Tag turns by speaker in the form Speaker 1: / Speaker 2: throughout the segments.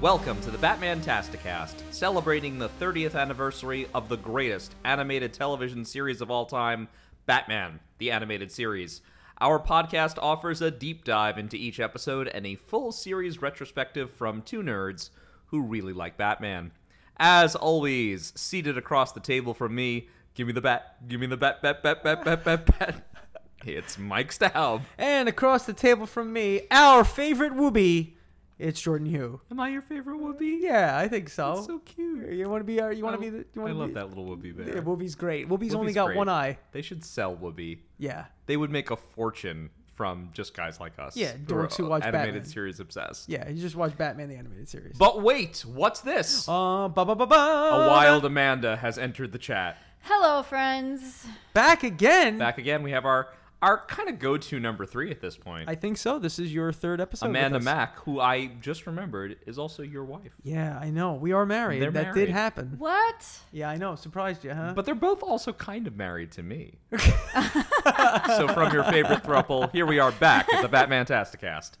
Speaker 1: Welcome to the Batman Tasticast, celebrating the 30th anniversary of the greatest animated television series of all time, Batman, the animated series. Our podcast offers a deep dive into each episode and a full series retrospective from two nerds who really like Batman. As always, seated across the table from me, give me the bat, give me the bat, bat, bat, bat, bat, bat, bat. It's Mike Staub.
Speaker 2: And across the table from me, our favorite Wooby, it's Jordan Hugh.
Speaker 1: Am I your favorite Whoopi?
Speaker 2: Yeah, I think so.
Speaker 1: so cute.
Speaker 2: You want to be our? You want to be? The,
Speaker 1: I
Speaker 2: you wanna
Speaker 1: love
Speaker 2: be,
Speaker 1: that little Whoopi bear.
Speaker 2: Yeah, Whoopi's great. Whoopi's only
Speaker 1: Whoopi's
Speaker 2: got
Speaker 1: great.
Speaker 2: one eye.
Speaker 1: They should sell Whoopi.
Speaker 2: Yeah,
Speaker 1: They would make a fortune from just guys like us.
Speaker 2: Yeah,
Speaker 1: are
Speaker 2: dorks who watch
Speaker 1: animated
Speaker 2: Batman.
Speaker 1: series obsessed.
Speaker 2: yeah. You just watch Batman the animated series.
Speaker 1: But wait, what's this?
Speaker 2: Uh, ba ba ba
Speaker 1: a
Speaker 2: ba.
Speaker 1: wild Amanda has entered the chat.
Speaker 3: Hello, friends.
Speaker 2: Back again.
Speaker 1: Back again, we have our our kind of go-to number three at this point.
Speaker 2: I think so. This is your third episode. with
Speaker 1: Amanda
Speaker 2: us.
Speaker 1: Mack, who I just remembered is also your wife.
Speaker 2: Yeah, I know. We are married.
Speaker 1: They're
Speaker 2: that
Speaker 1: married.
Speaker 2: did happen.
Speaker 3: What?
Speaker 2: Yeah, I know. Surprised you, huh?
Speaker 1: But they're both also kind of married to me. so from your favorite thruple, here we are back at the Batman Tasticast.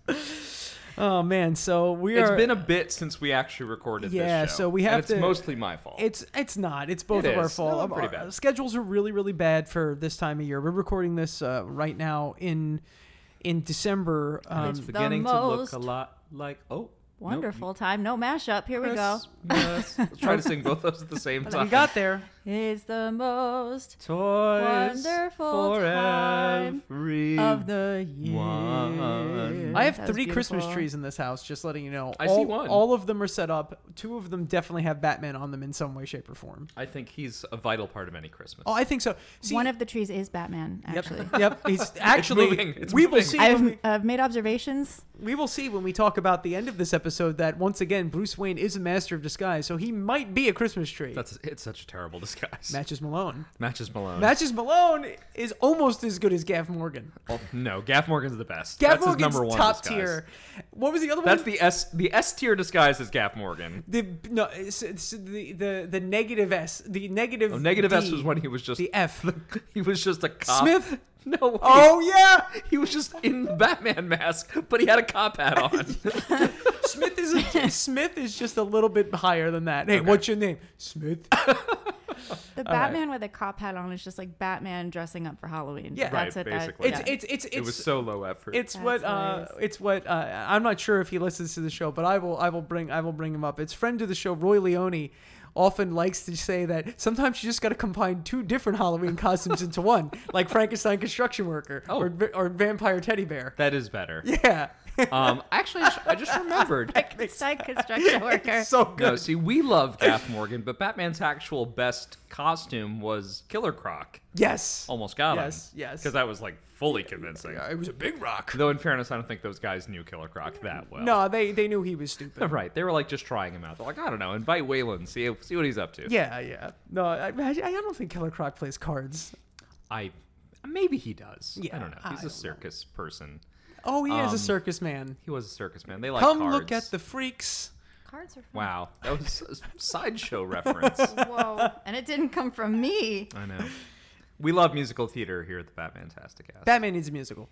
Speaker 2: oh man, so we
Speaker 1: It's
Speaker 2: are.
Speaker 1: been a bit since we actually recorded
Speaker 2: Yeah,
Speaker 1: this show.
Speaker 2: so we
Speaker 1: and
Speaker 2: have
Speaker 1: it's
Speaker 2: to-
Speaker 1: mostly my fault.
Speaker 2: It's it's not. It's both
Speaker 1: It
Speaker 2: of our
Speaker 1: is.
Speaker 2: fault.
Speaker 1: No, pretty
Speaker 2: Our-
Speaker 1: bad.
Speaker 2: Schedules are really really bad for this time of year. We're recording this uh, right now in in December.
Speaker 1: it's
Speaker 2: Um,
Speaker 3: the
Speaker 1: beginning to look
Speaker 3: most
Speaker 1: a lot like oh
Speaker 3: Wonderful time. No mashup. Here we go.
Speaker 1: Christmas. Try to sing both those at the same time.
Speaker 2: we got there.
Speaker 3: It's the most
Speaker 1: toys
Speaker 3: Wonderful
Speaker 1: for
Speaker 3: time
Speaker 1: every.
Speaker 3: of the year.
Speaker 1: One.
Speaker 2: I have
Speaker 3: That was
Speaker 2: three Christmas
Speaker 3: beautiful.
Speaker 2: trees in this house. Just letting you know.
Speaker 1: I see
Speaker 2: all,
Speaker 1: one.
Speaker 2: All of them are set up. Two of them definitely have Batman on them in some way, shape, or form.
Speaker 1: I think he's a vital part of any Christmas.
Speaker 2: Oh, I think so. See,
Speaker 3: One of the trees is Batman,
Speaker 2: yep,
Speaker 3: actually.
Speaker 2: yep. He's actually.
Speaker 1: moving. It's
Speaker 2: we will
Speaker 1: moving.
Speaker 2: see. when
Speaker 3: I've,
Speaker 2: we,
Speaker 3: I've made observations.
Speaker 2: we will see when we talk about the end of this episode that once again Bruce Wayne is a master of disguise, so he might be a Christmas tree.
Speaker 1: That's it's such a terrible disguise.
Speaker 2: Matches Malone.
Speaker 1: Matches Malone.
Speaker 2: Matches Malone is almost as good as Gav Morgan.
Speaker 1: Oh, no, Gaff Morgan's the best.
Speaker 2: Gav
Speaker 1: That's his
Speaker 2: Morgan's
Speaker 1: number one
Speaker 2: top
Speaker 1: disguise.
Speaker 2: tier. What was the other
Speaker 1: That's
Speaker 2: one?
Speaker 1: the S the S tier disguise is Gaff Morgan.
Speaker 2: The no, it's, it's the, the the negative S. The negative.
Speaker 1: Oh, negative S
Speaker 2: D,
Speaker 1: was when he was just
Speaker 2: the F.
Speaker 1: he was just a cop.
Speaker 2: Smith.
Speaker 1: No. Way.
Speaker 2: Oh yeah,
Speaker 1: He was just in the Batman mask, but he had a cop hat on.
Speaker 2: Smith is a, Smith is just a little bit higher than that. Hey,
Speaker 1: Okay.
Speaker 2: what's your name? Smith.
Speaker 3: The Batman with a cop hat on is just like Batman dressing up for Halloween.
Speaker 2: Yeah.
Speaker 1: Right,
Speaker 3: That's it.
Speaker 1: basically.
Speaker 2: It's
Speaker 3: That, yeah.
Speaker 2: it's it's it's.
Speaker 1: it was so low effort.
Speaker 2: it's
Speaker 3: That's
Speaker 2: what uh,
Speaker 3: hilarious.
Speaker 2: it's what uh, I'm not sure if he listens to the show, but I will I will bring I will bring him up. It's friend of the show Roy Leone often likes to say that sometimes you just got to combine two different Halloween costumes into one, like Frankenstein construction worker
Speaker 1: Oh.
Speaker 2: or v- or vampire teddy bear.
Speaker 1: that is better.
Speaker 2: Yeah,
Speaker 1: Um, actually, I just- I just remembered.
Speaker 3: Side construction worker.
Speaker 2: so good.
Speaker 1: No, see, we love Gaff Morgan, but Batman's actual best costume was Killer Croc.
Speaker 2: Yes.
Speaker 1: Almost got him.
Speaker 2: Yes, yes.
Speaker 1: Because that was like fully convincing.
Speaker 2: Yeah, it was a big rock.
Speaker 1: Though, in fairness, I don't think those guys knew Killer Croc that well.
Speaker 2: No, they they knew he was stupid.
Speaker 1: Right. They were like just trying him out. They're like, I don't know, invite Wayland, see see what he's up to.
Speaker 2: Yeah, yeah. No, I, I I don't think Killer Croc plays cards.
Speaker 1: I maybe he does. I
Speaker 2: Yeah,
Speaker 1: don't know.
Speaker 2: I
Speaker 1: He's
Speaker 2: don't know.
Speaker 1: a circus person.
Speaker 2: Oh, he is
Speaker 1: Um,
Speaker 2: a circus man.
Speaker 1: He was a circus man. They like
Speaker 2: Come
Speaker 1: cards.
Speaker 2: look at the freaks.
Speaker 3: Cards are fun.
Speaker 1: Wow, that was a sideshow reference.
Speaker 3: Whoa. And it didn't come from me.
Speaker 1: I know. We love musical theater here at the Batman Tasticast.
Speaker 2: Batman needs a musical.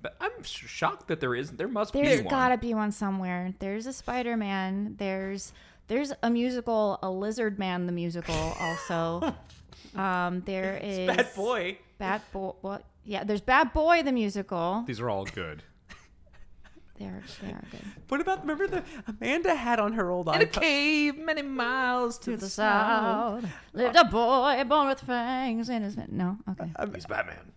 Speaker 1: but I'm sh- shocked that there isn't. There must
Speaker 3: There's
Speaker 1: be one.
Speaker 3: gotta be one somewhere. There's a Spider Man. There's there's a musical, a Lizard Man the musical also. um, there is
Speaker 2: Bad boy.
Speaker 3: Bat Boy. What? Yeah, there's Bad Boy the musical.
Speaker 1: These are all good.
Speaker 3: They're they are good.
Speaker 2: What about remember the Amanda had on her old
Speaker 1: In a
Speaker 2: iPod?
Speaker 1: cave many miles to,
Speaker 3: To the south lived a boy born with fangs in his no. Okay,
Speaker 1: He's Batman.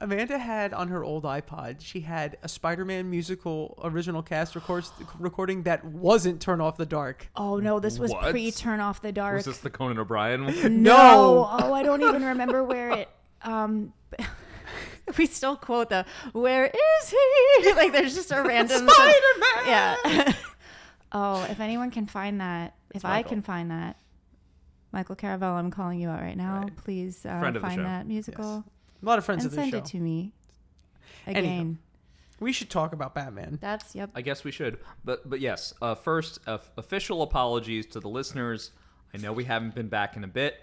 Speaker 2: Amanda had on her old iPod. She had a Spider-Man musical original cast record- recording that wasn't "Turn Off the Dark."
Speaker 3: Oh no, this was
Speaker 1: What?
Speaker 3: pre Turn Off the Dark.
Speaker 1: Was this the Conan O'Brien one?
Speaker 2: No.
Speaker 3: No. Oh, I don't even remember where it. Um, we still quote the "Where is he?" like there's just a random
Speaker 2: Spider-Man!
Speaker 3: Yeah. oh, if anyone can find that, if I
Speaker 2: Michael.
Speaker 3: can find that, Michael Caravello, I'm calling you out right now. Please uh,
Speaker 1: Friend of the show.
Speaker 3: find that musical
Speaker 2: A lot of friends
Speaker 3: and
Speaker 2: of the
Speaker 3: send
Speaker 2: show.
Speaker 3: it to me. Again,
Speaker 2: Anyhow. we should talk about Batman.
Speaker 3: that's yep.
Speaker 1: I guess we should. But but yes, uh, first uh, official apologies to the listeners. I know we haven't been back in a bit.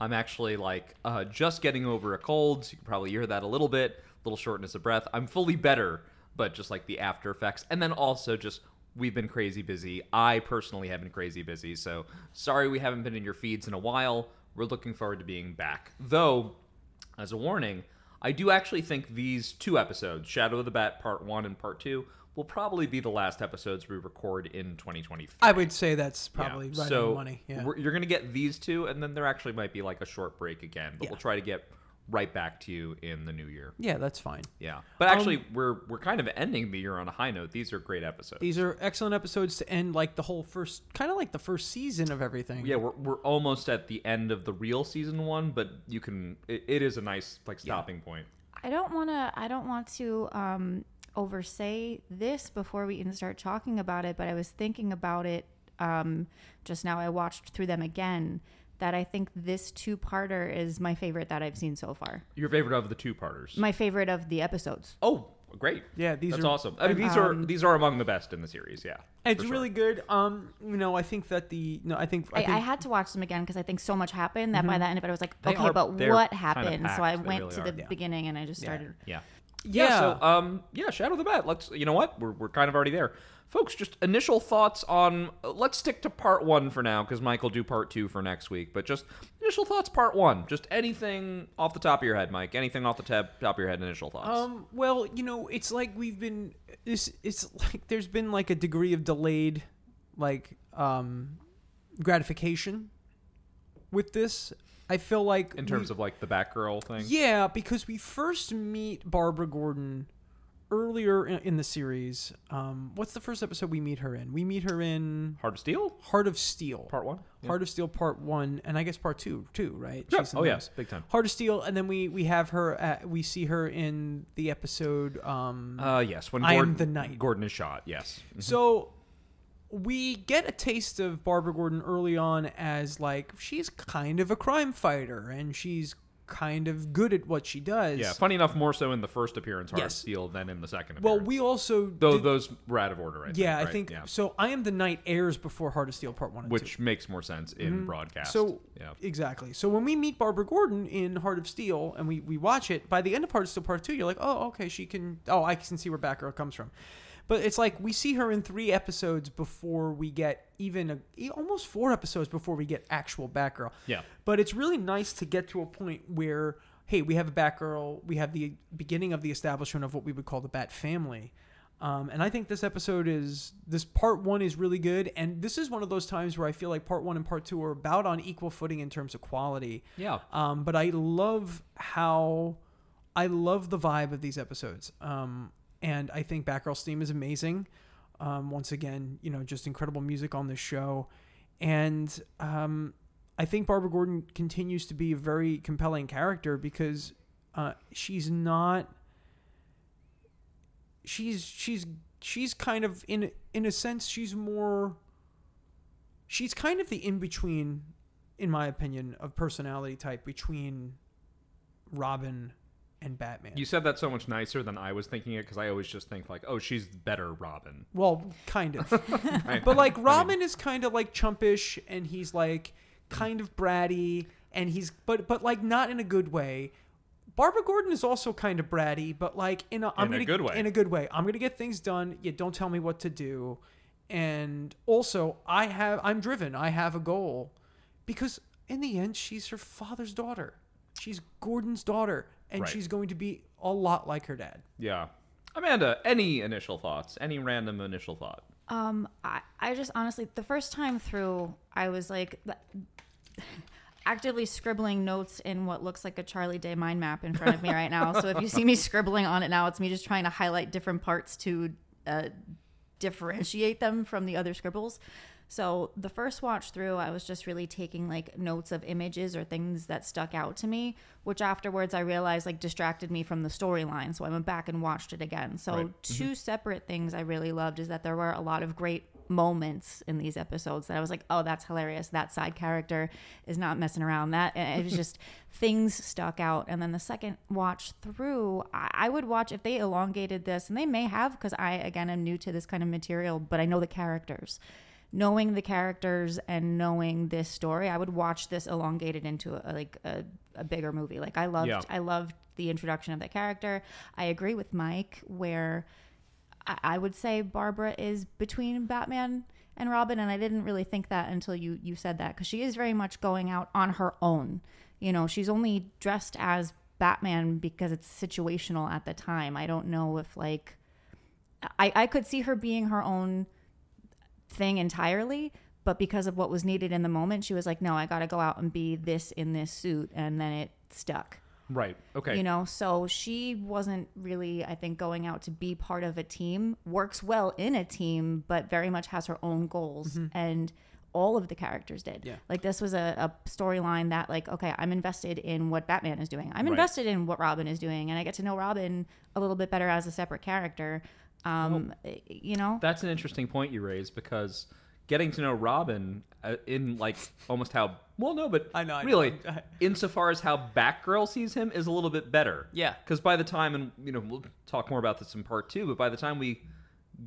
Speaker 1: I'm actually like uh, just getting over a cold. So you can probably hear that a little bit, little shortness of breath. I'm fully better, but just like the after effects, and then also just We've been crazy busy. I personally have been crazy busy, so sorry we haven't been in your feeds in a while. We're looking forward to being back. Though, as a warning, I do actually think these two episodes, Shadow of the Bat Part 1 and Part 2, will probably be the last episodes we record in 2023.
Speaker 2: I would say that's probably
Speaker 1: Yeah.
Speaker 2: right
Speaker 1: so
Speaker 2: on the money. Yeah.
Speaker 1: we're- you're going to get these two, and then there actually might be like a short break again, but
Speaker 2: Yeah.
Speaker 1: we'll try to get right back to you in the new year.
Speaker 2: Yeah, that's fine.
Speaker 1: Yeah, but actually,
Speaker 2: Um,
Speaker 1: we're we're kind of ending the year on a high note. These are great episodes.
Speaker 2: These are excellent episodes to end like the whole first kind of like the first season of everything.
Speaker 1: yeah, we're, we're almost at the end of the real season one, but you can it, it is a nice like stopping point.
Speaker 3: I don't want to. I don't want to um, oversay this before we even start talking about it. But I was thinking about it um, just now. I watched through them again. That I think this two-parter is my favorite that I've seen so far.
Speaker 1: Your favorite of the two parters?
Speaker 3: My favorite of the episodes.
Speaker 1: oh, great!
Speaker 2: Yeah, these
Speaker 1: That's
Speaker 2: are
Speaker 1: awesome. I mean, these are these are among the best in the series. Yeah,
Speaker 2: It's
Speaker 1: for sure.
Speaker 2: really good. Um, you know, I think that the no, I think I,
Speaker 3: I,
Speaker 2: think,
Speaker 3: I had to watch them again because I think so much happened that by the end of it, I was like,
Speaker 1: Mm-hmm. They
Speaker 3: okay,
Speaker 1: are-
Speaker 3: but
Speaker 1: they're
Speaker 3: what
Speaker 1: kinda
Speaker 3: happened?
Speaker 1: packed.
Speaker 3: so I
Speaker 1: They
Speaker 3: went
Speaker 1: really
Speaker 3: to
Speaker 1: are.
Speaker 3: the beginning and I just started.
Speaker 1: yeah.
Speaker 2: yeah.
Speaker 1: So, um, yeah, Shadow the Bat. Let's, you know what? We're, we're kind of already there. Folks, just initial thoughts on. uh, Let's stick to part one for now because Mike will do part two for next week. But just initial thoughts, part one. Just anything off the top of your head, Mike. Anything off the tab, top of your head, initial thoughts.
Speaker 2: Um, well, you know, it's like we've been this. It's like there's been like a degree of delayed, like um, gratification with this. I feel like
Speaker 1: in terms of like the Batgirl thing.
Speaker 2: yeah, because we first meet Barbara Gordon earlier in, in the series. Um, what's the first episode we meet her in? We meet her in
Speaker 1: Heart of Steel,
Speaker 2: Heart of Steel.
Speaker 1: part one. Yeah.
Speaker 2: Heart of Steel Part One, and I guess Part Two too, right?
Speaker 1: Yeah.
Speaker 2: She's in
Speaker 1: Oh, yeah.
Speaker 2: those.
Speaker 1: Big time.
Speaker 2: Heart of Steel, and then we we have her. At, we see her in the episode. Um,
Speaker 1: Uh, yes. When
Speaker 2: I am
Speaker 1: Gordon,
Speaker 2: the knight.
Speaker 1: Gordon is shot. Yes.
Speaker 2: so we get a taste of Barbara Gordon early on as like she's kind of a crime fighter, and she's kind of good at what she does.
Speaker 1: Yeah. Funny enough, more so in the first appearance, Heart
Speaker 2: Yes.
Speaker 1: of Steel, than in the second.
Speaker 2: Well,
Speaker 1: appearance.
Speaker 2: we also
Speaker 1: though
Speaker 2: did-
Speaker 1: those were out of order, right?
Speaker 2: yeah,
Speaker 1: right?
Speaker 2: I think
Speaker 1: Yeah.
Speaker 2: so. I am the Knight airs before Heart of Steel Part One, and two.
Speaker 1: Which makes more sense in broadcast.
Speaker 2: Mm-hmm. So
Speaker 1: yeah.
Speaker 2: exactly. So when we meet Barbara Gordon in Heart of Steel and we, we watch it, by the end of Heart of Steel Part Two, you're like, oh, okay, she can. Oh, I can see where Batgirl comes from. But it's like we see her in three episodes before we get even a, e- almost four episodes before we get actual Batgirl.
Speaker 1: Yeah.
Speaker 2: But it's really nice to get to a point where hey, we have a Batgirl, we have the beginning of the establishment of what we would call the Bat family. Um, and I think this episode is this part one is really good, and this is one of those times where I feel like part one and part two are about on equal footing in terms of quality.
Speaker 1: Yeah.
Speaker 2: Um, but I love how I love the vibe of these episodes. Um, and I think Batgirl's theme is amazing. Um, once again, you know, just incredible music on this show. And um, I think Barbara Gordon continues to be a very compelling character because uh, she's not. She's she's she's kind of in in a sense she's more. She's kind of the in between, in my opinion, of personality type between Robin and Batman.
Speaker 1: You said that so much nicer than I was thinking it because I always just think like, oh, she's better Robin.
Speaker 2: Well, kind of.
Speaker 1: Right?
Speaker 2: but like Robin is kind of like chumpish and he's like kind of bratty and he's but but like not in a good way. Barbara Gordon is also kind of bratty, but like in a, I'm
Speaker 1: In a
Speaker 2: gonna,
Speaker 1: good way.
Speaker 2: In a good way. I'm gonna get things done. You don't tell me what to do. And also, I have I'm driven. I have a goal because in the end, she's her father's daughter. She's Gordon's daughter, and
Speaker 1: Right.
Speaker 2: she's going to be a lot like her dad.
Speaker 1: yeah. Amanda, any initial thoughts? Any random initial thought?
Speaker 3: Um, I, I just honestly, the first time through, I was like th- actively scribbling notes in what looks like a Charlie Day mind map in front of me right now. So if you see me scribbling on it now, it's me just trying to highlight different parts to uh, differentiate them from the other scribbles. So the first watch through, I was just really taking like notes of images or things that stuck out to me, which afterwards I realized like distracted me from the storyline. So I went back and watched it again. So
Speaker 1: Right.
Speaker 3: 2 separate things I really loved is that there were a lot of great moments in these episodes that I was like, oh, that's hilarious. That side character is not messing around. That and it was just things stuck out. And then the second watch through, I, I would watch if they elongated this, and they may have because I again am new to this kind of material, but I know the characters. Knowing the characters and knowing this story, I would watch this elongated into a, like a, a bigger movie. Like I loved,
Speaker 1: Yeah.
Speaker 3: I loved the introduction of that character. I agree with Mike where I, I would say Barbara is between Batman and Robin, and I didn't really think that until you you said that because she is very much going out on her own. You know, she's only dressed as Batman because it's situational at the time. I don't know if like I I could see her being her own thing entirely but because of what was needed in the moment she was like no i gotta go out and be this in this suit and then it stuck
Speaker 1: Right. Okay.
Speaker 3: you know so she wasn't really i think going out to be part of a team works well in a team but very much has her own goals and all of the characters did
Speaker 2: Yeah.
Speaker 3: like this was a, a storyline that like okay i'm invested in what batman is doing i'm invested in what robin is doing and i get to know robin a little bit better as a separate character um you know
Speaker 1: That's an interesting point you raise because getting to know Robin uh, in like almost how well no, but
Speaker 2: I know, I know.
Speaker 1: really insofar as how Batgirl sees him is a little bit better.
Speaker 2: Yeah.
Speaker 1: because by the time and you know we'll talk more about this in part two, but by the time we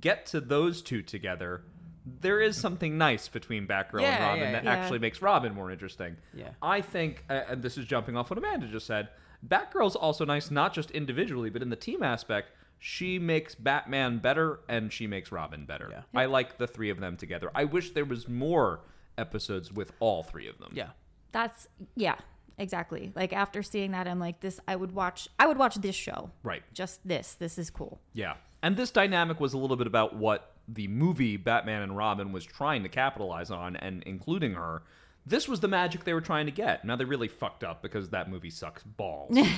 Speaker 1: get to those two together, there is something nice between Batgirl and
Speaker 2: Yeah,
Speaker 1: Robin
Speaker 2: yeah,
Speaker 1: that
Speaker 3: yeah.
Speaker 1: actually makes Robin more interesting.
Speaker 2: Yeah.
Speaker 1: I think, uh, and this is jumping off what Amanda just said. Batgirl's also nice, not just individually, but in the team aspect. She makes Batman better, and she makes Robin better.
Speaker 2: Yeah.
Speaker 1: I like the three of them together. I wish there was more episodes with all three of them.
Speaker 2: Yeah.
Speaker 3: that's yeah exactly like after seeing that i'm like this i would watch i would watch this show
Speaker 1: Right.
Speaker 3: just this this is cool
Speaker 1: Yeah. And this dynamic was a little bit about what the movie Batman and Robin was trying to capitalize on and including her. This was the magic they were trying to get. Now they really fucked up because that movie sucks balls. right.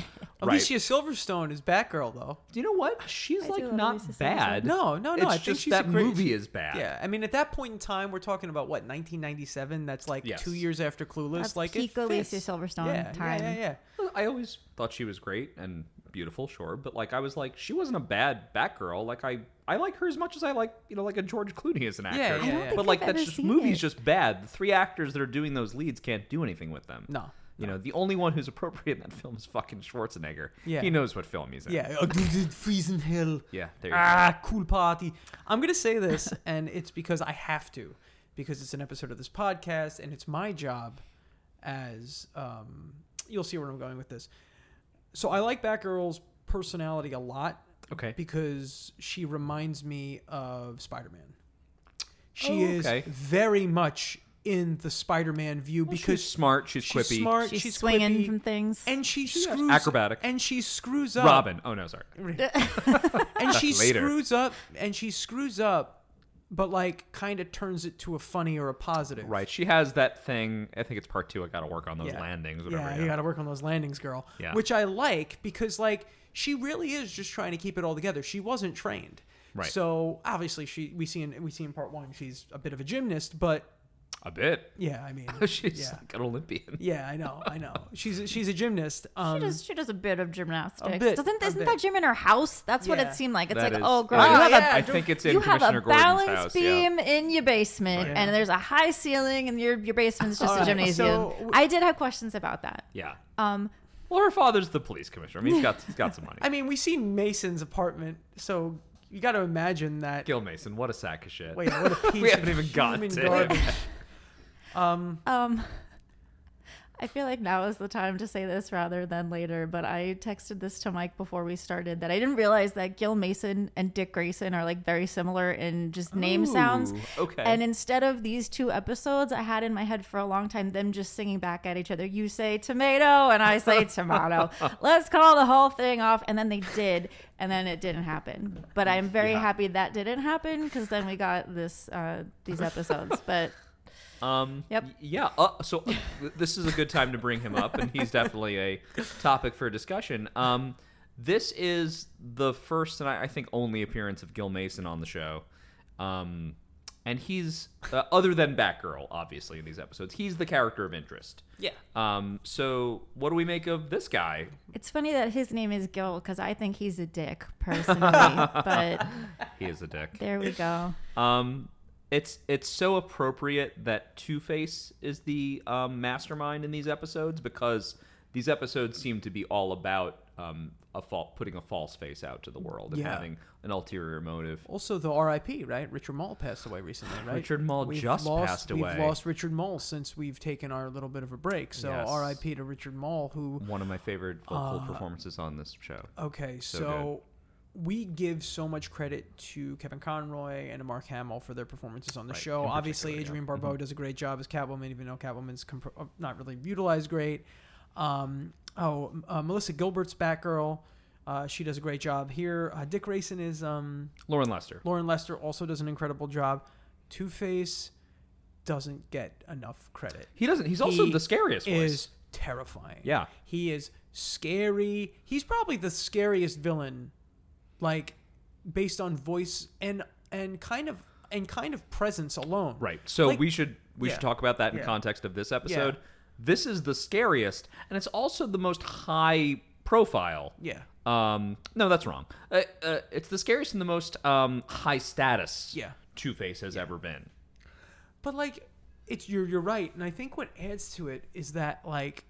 Speaker 2: Alicia Silverstone is Batgirl though.
Speaker 1: Do you know what? She's
Speaker 3: I do
Speaker 1: like
Speaker 3: love
Speaker 1: not
Speaker 3: Alicia Silverstone.
Speaker 1: bad.
Speaker 2: No, no, no,
Speaker 1: It's
Speaker 2: I
Speaker 1: just
Speaker 2: think she's a
Speaker 1: that
Speaker 2: great-
Speaker 1: movie is bad.
Speaker 2: Yeah, I mean, at that point in time, we're talking about what 1997. That's like
Speaker 1: Yes.
Speaker 2: two years after Clueless.
Speaker 3: That's
Speaker 2: like
Speaker 3: peak
Speaker 2: it
Speaker 3: Alicia
Speaker 2: fits.
Speaker 3: Silverstone
Speaker 2: yeah,
Speaker 3: time.
Speaker 2: Yeah, yeah, yeah.
Speaker 1: I always thought she was great and beautiful, sure, but like I was like she wasn't a bad Batgirl. Like I I like her as much as I like you know like a George Clooney as an actor.
Speaker 2: Yeah, yeah, I don't yeah.
Speaker 1: But
Speaker 3: think
Speaker 1: like
Speaker 3: I've
Speaker 1: that's
Speaker 3: ever
Speaker 1: just
Speaker 3: seen
Speaker 1: movies
Speaker 3: it.
Speaker 1: just bad. The three actors that are doing those leads can't do anything with them.
Speaker 2: No,
Speaker 1: You know, the only one who's appropriate in that film is fucking Schwarzenegger.
Speaker 2: Yeah.
Speaker 1: He knows what film he's in.
Speaker 2: Yeah, oh, dude, dude, freezing hell.
Speaker 1: Yeah, there you
Speaker 2: Ah, cool party. I'm gonna say this, and it's because I have to, because it's an episode of this podcast, and it's my job. As um, you'll see where I'm going with this. So I like Batgirl's personality a lot
Speaker 1: go. Okay.
Speaker 2: because she reminds me of Spider-Man. She
Speaker 1: Oh, okay.
Speaker 2: is very much in the Spider-Man view because
Speaker 1: she's smart, she's,
Speaker 2: she's
Speaker 1: quippy.
Speaker 2: smart,
Speaker 3: she's,
Speaker 2: she's,
Speaker 3: swinging
Speaker 2: quippy,
Speaker 3: from things
Speaker 2: and she
Speaker 1: got
Speaker 2: screws
Speaker 1: acrobatic.
Speaker 2: and she screws up.
Speaker 1: Robin. Oh no, sorry.
Speaker 2: and she
Speaker 1: later.
Speaker 2: screws up and she screws up but like kind of turns it to a funny or a positive
Speaker 1: Right. She has that thing. I think it's part two. I got to work on those
Speaker 2: Yeah.
Speaker 1: landings. Whatever.
Speaker 2: yeah you gotta work on those landings girl
Speaker 1: Yeah.
Speaker 2: which i like because like she really is just trying to keep it all together she wasn't trained
Speaker 1: Right.
Speaker 2: so obviously she we see in we see in part one she's a bit of a gymnast but
Speaker 1: A bit.
Speaker 2: yeah i mean
Speaker 1: she's
Speaker 2: yeah
Speaker 1: like an Olympian.
Speaker 2: yeah i know i know she's a, she's a gymnast um
Speaker 3: she does she does a bit of gymnastics
Speaker 2: a bit,
Speaker 3: doesn't
Speaker 2: a
Speaker 3: isn't
Speaker 2: bit.
Speaker 3: that gym in her house that's what
Speaker 2: Yeah.
Speaker 3: it seemed like it's
Speaker 1: That
Speaker 3: like
Speaker 1: is-
Speaker 3: oh girl
Speaker 1: it
Speaker 2: Ah,
Speaker 1: is.
Speaker 3: you have
Speaker 2: yeah,
Speaker 1: I
Speaker 2: don't-
Speaker 1: think it's
Speaker 3: a
Speaker 1: in
Speaker 3: you have
Speaker 1: Commissioner
Speaker 3: a
Speaker 1: Gordon's
Speaker 3: balance
Speaker 1: house. Yeah.
Speaker 3: beam in your basement
Speaker 2: Right.
Speaker 3: and there's a high ceiling and your your basement's just
Speaker 2: All
Speaker 3: a
Speaker 2: right,
Speaker 3: gymnasium
Speaker 2: so w-
Speaker 3: i did have questions about that
Speaker 1: Yeah.
Speaker 3: um
Speaker 1: Well, her father's the police commissioner. I mean, he's got he's got some money.
Speaker 2: i mean we see mason's apartment so you got to imagine that
Speaker 1: Gil Mason, what a sack of shit.
Speaker 2: wait what a piece
Speaker 1: we haven't
Speaker 2: of
Speaker 1: even gotten
Speaker 2: human
Speaker 1: to
Speaker 2: garbage.
Speaker 1: him.
Speaker 2: um
Speaker 3: Um, I feel like now is the time to say this rather than later, but I texted this to Mike before we started that I didn't realize that Gil Mason and Dick Grayson are like very similar in just name sounds.
Speaker 1: Ooh, Okay.
Speaker 3: And instead of these two episodes, I had in my head for a long time them just singing back at each other. You say tomato, and I say tomato. Let's call the whole thing off. And then they did, and then it didn't happen. But I'm very
Speaker 1: Yeah.
Speaker 3: happy that didn't happen because then we got this uh, these episodes. But
Speaker 1: Um,
Speaker 3: Yep.
Speaker 1: y- Yeah. Uh, so uh, th- this is a good time to bring him up, and he's definitely a topic for discussion. Um, this is the first and I, I think only appearance of Gil Mason on the show. Um, and he's, uh, other than Batgirl, obviously, in these episodes, he's the character of interest.
Speaker 2: yeah
Speaker 1: Um, so what do we make of this guy?
Speaker 3: It's funny that his name is Gil because I think he's a dick personally, but
Speaker 1: He is a dick.
Speaker 3: there we go.
Speaker 1: Um, it's it's so appropriate that Two Face is the um, mastermind in these episodes because these episodes seem to be all about um, a fal- putting a false face out to the world and
Speaker 2: Yeah.
Speaker 1: having an ulterior motive.
Speaker 2: Also, the R.I.P. Right, Richard Mall passed away recently. Right,
Speaker 1: Richard Mall just
Speaker 2: lost,
Speaker 1: passed away.
Speaker 2: We've lost Richard Mall since we've taken our little bit of a break. So
Speaker 1: Yes.
Speaker 2: R.I.P. to Richard Mall. Who? Uh,
Speaker 1: One of my favorite vocal performances on this show.
Speaker 2: Okay, so, we give so much credit to Kevin Conroy and to Mark Hamill for their performances on the
Speaker 1: Right,
Speaker 2: show.
Speaker 1: in
Speaker 2: Obviously,
Speaker 1: particular, Mm-hmm.
Speaker 2: Adrienne Barbeau does a great job as Catwoman, even though Catwoman's comp- uh, not really utilized great. Um, oh, m- uh, Melissa Gilbert's Batgirl. Uh, she does a great job here. Uh, Dick Grayson is um,
Speaker 1: Lauren Lester.
Speaker 2: Lauren Lester also does an incredible job. Two Face doesn't get enough credit.
Speaker 1: He doesn't. He's also
Speaker 2: He
Speaker 1: the scariest
Speaker 2: Is
Speaker 1: voice.
Speaker 2: terrifying.
Speaker 1: Yeah.
Speaker 2: he is scary. He's probably the scariest villain, like based on voice and and kind of and kind of presence alone.
Speaker 1: Right. So
Speaker 2: Like-
Speaker 1: we should we
Speaker 2: yeah.
Speaker 1: should talk about that in
Speaker 2: Yeah.
Speaker 1: context of this episode. This is the scariest, and it's also the most high profile.
Speaker 2: Yeah.
Speaker 1: Um, no, that's wrong. Uh, uh, it's the scariest and the most um, high status
Speaker 2: Yeah.
Speaker 1: Two Face has ever been.
Speaker 2: But like, it's you're you're right, and I think what adds to it is that like,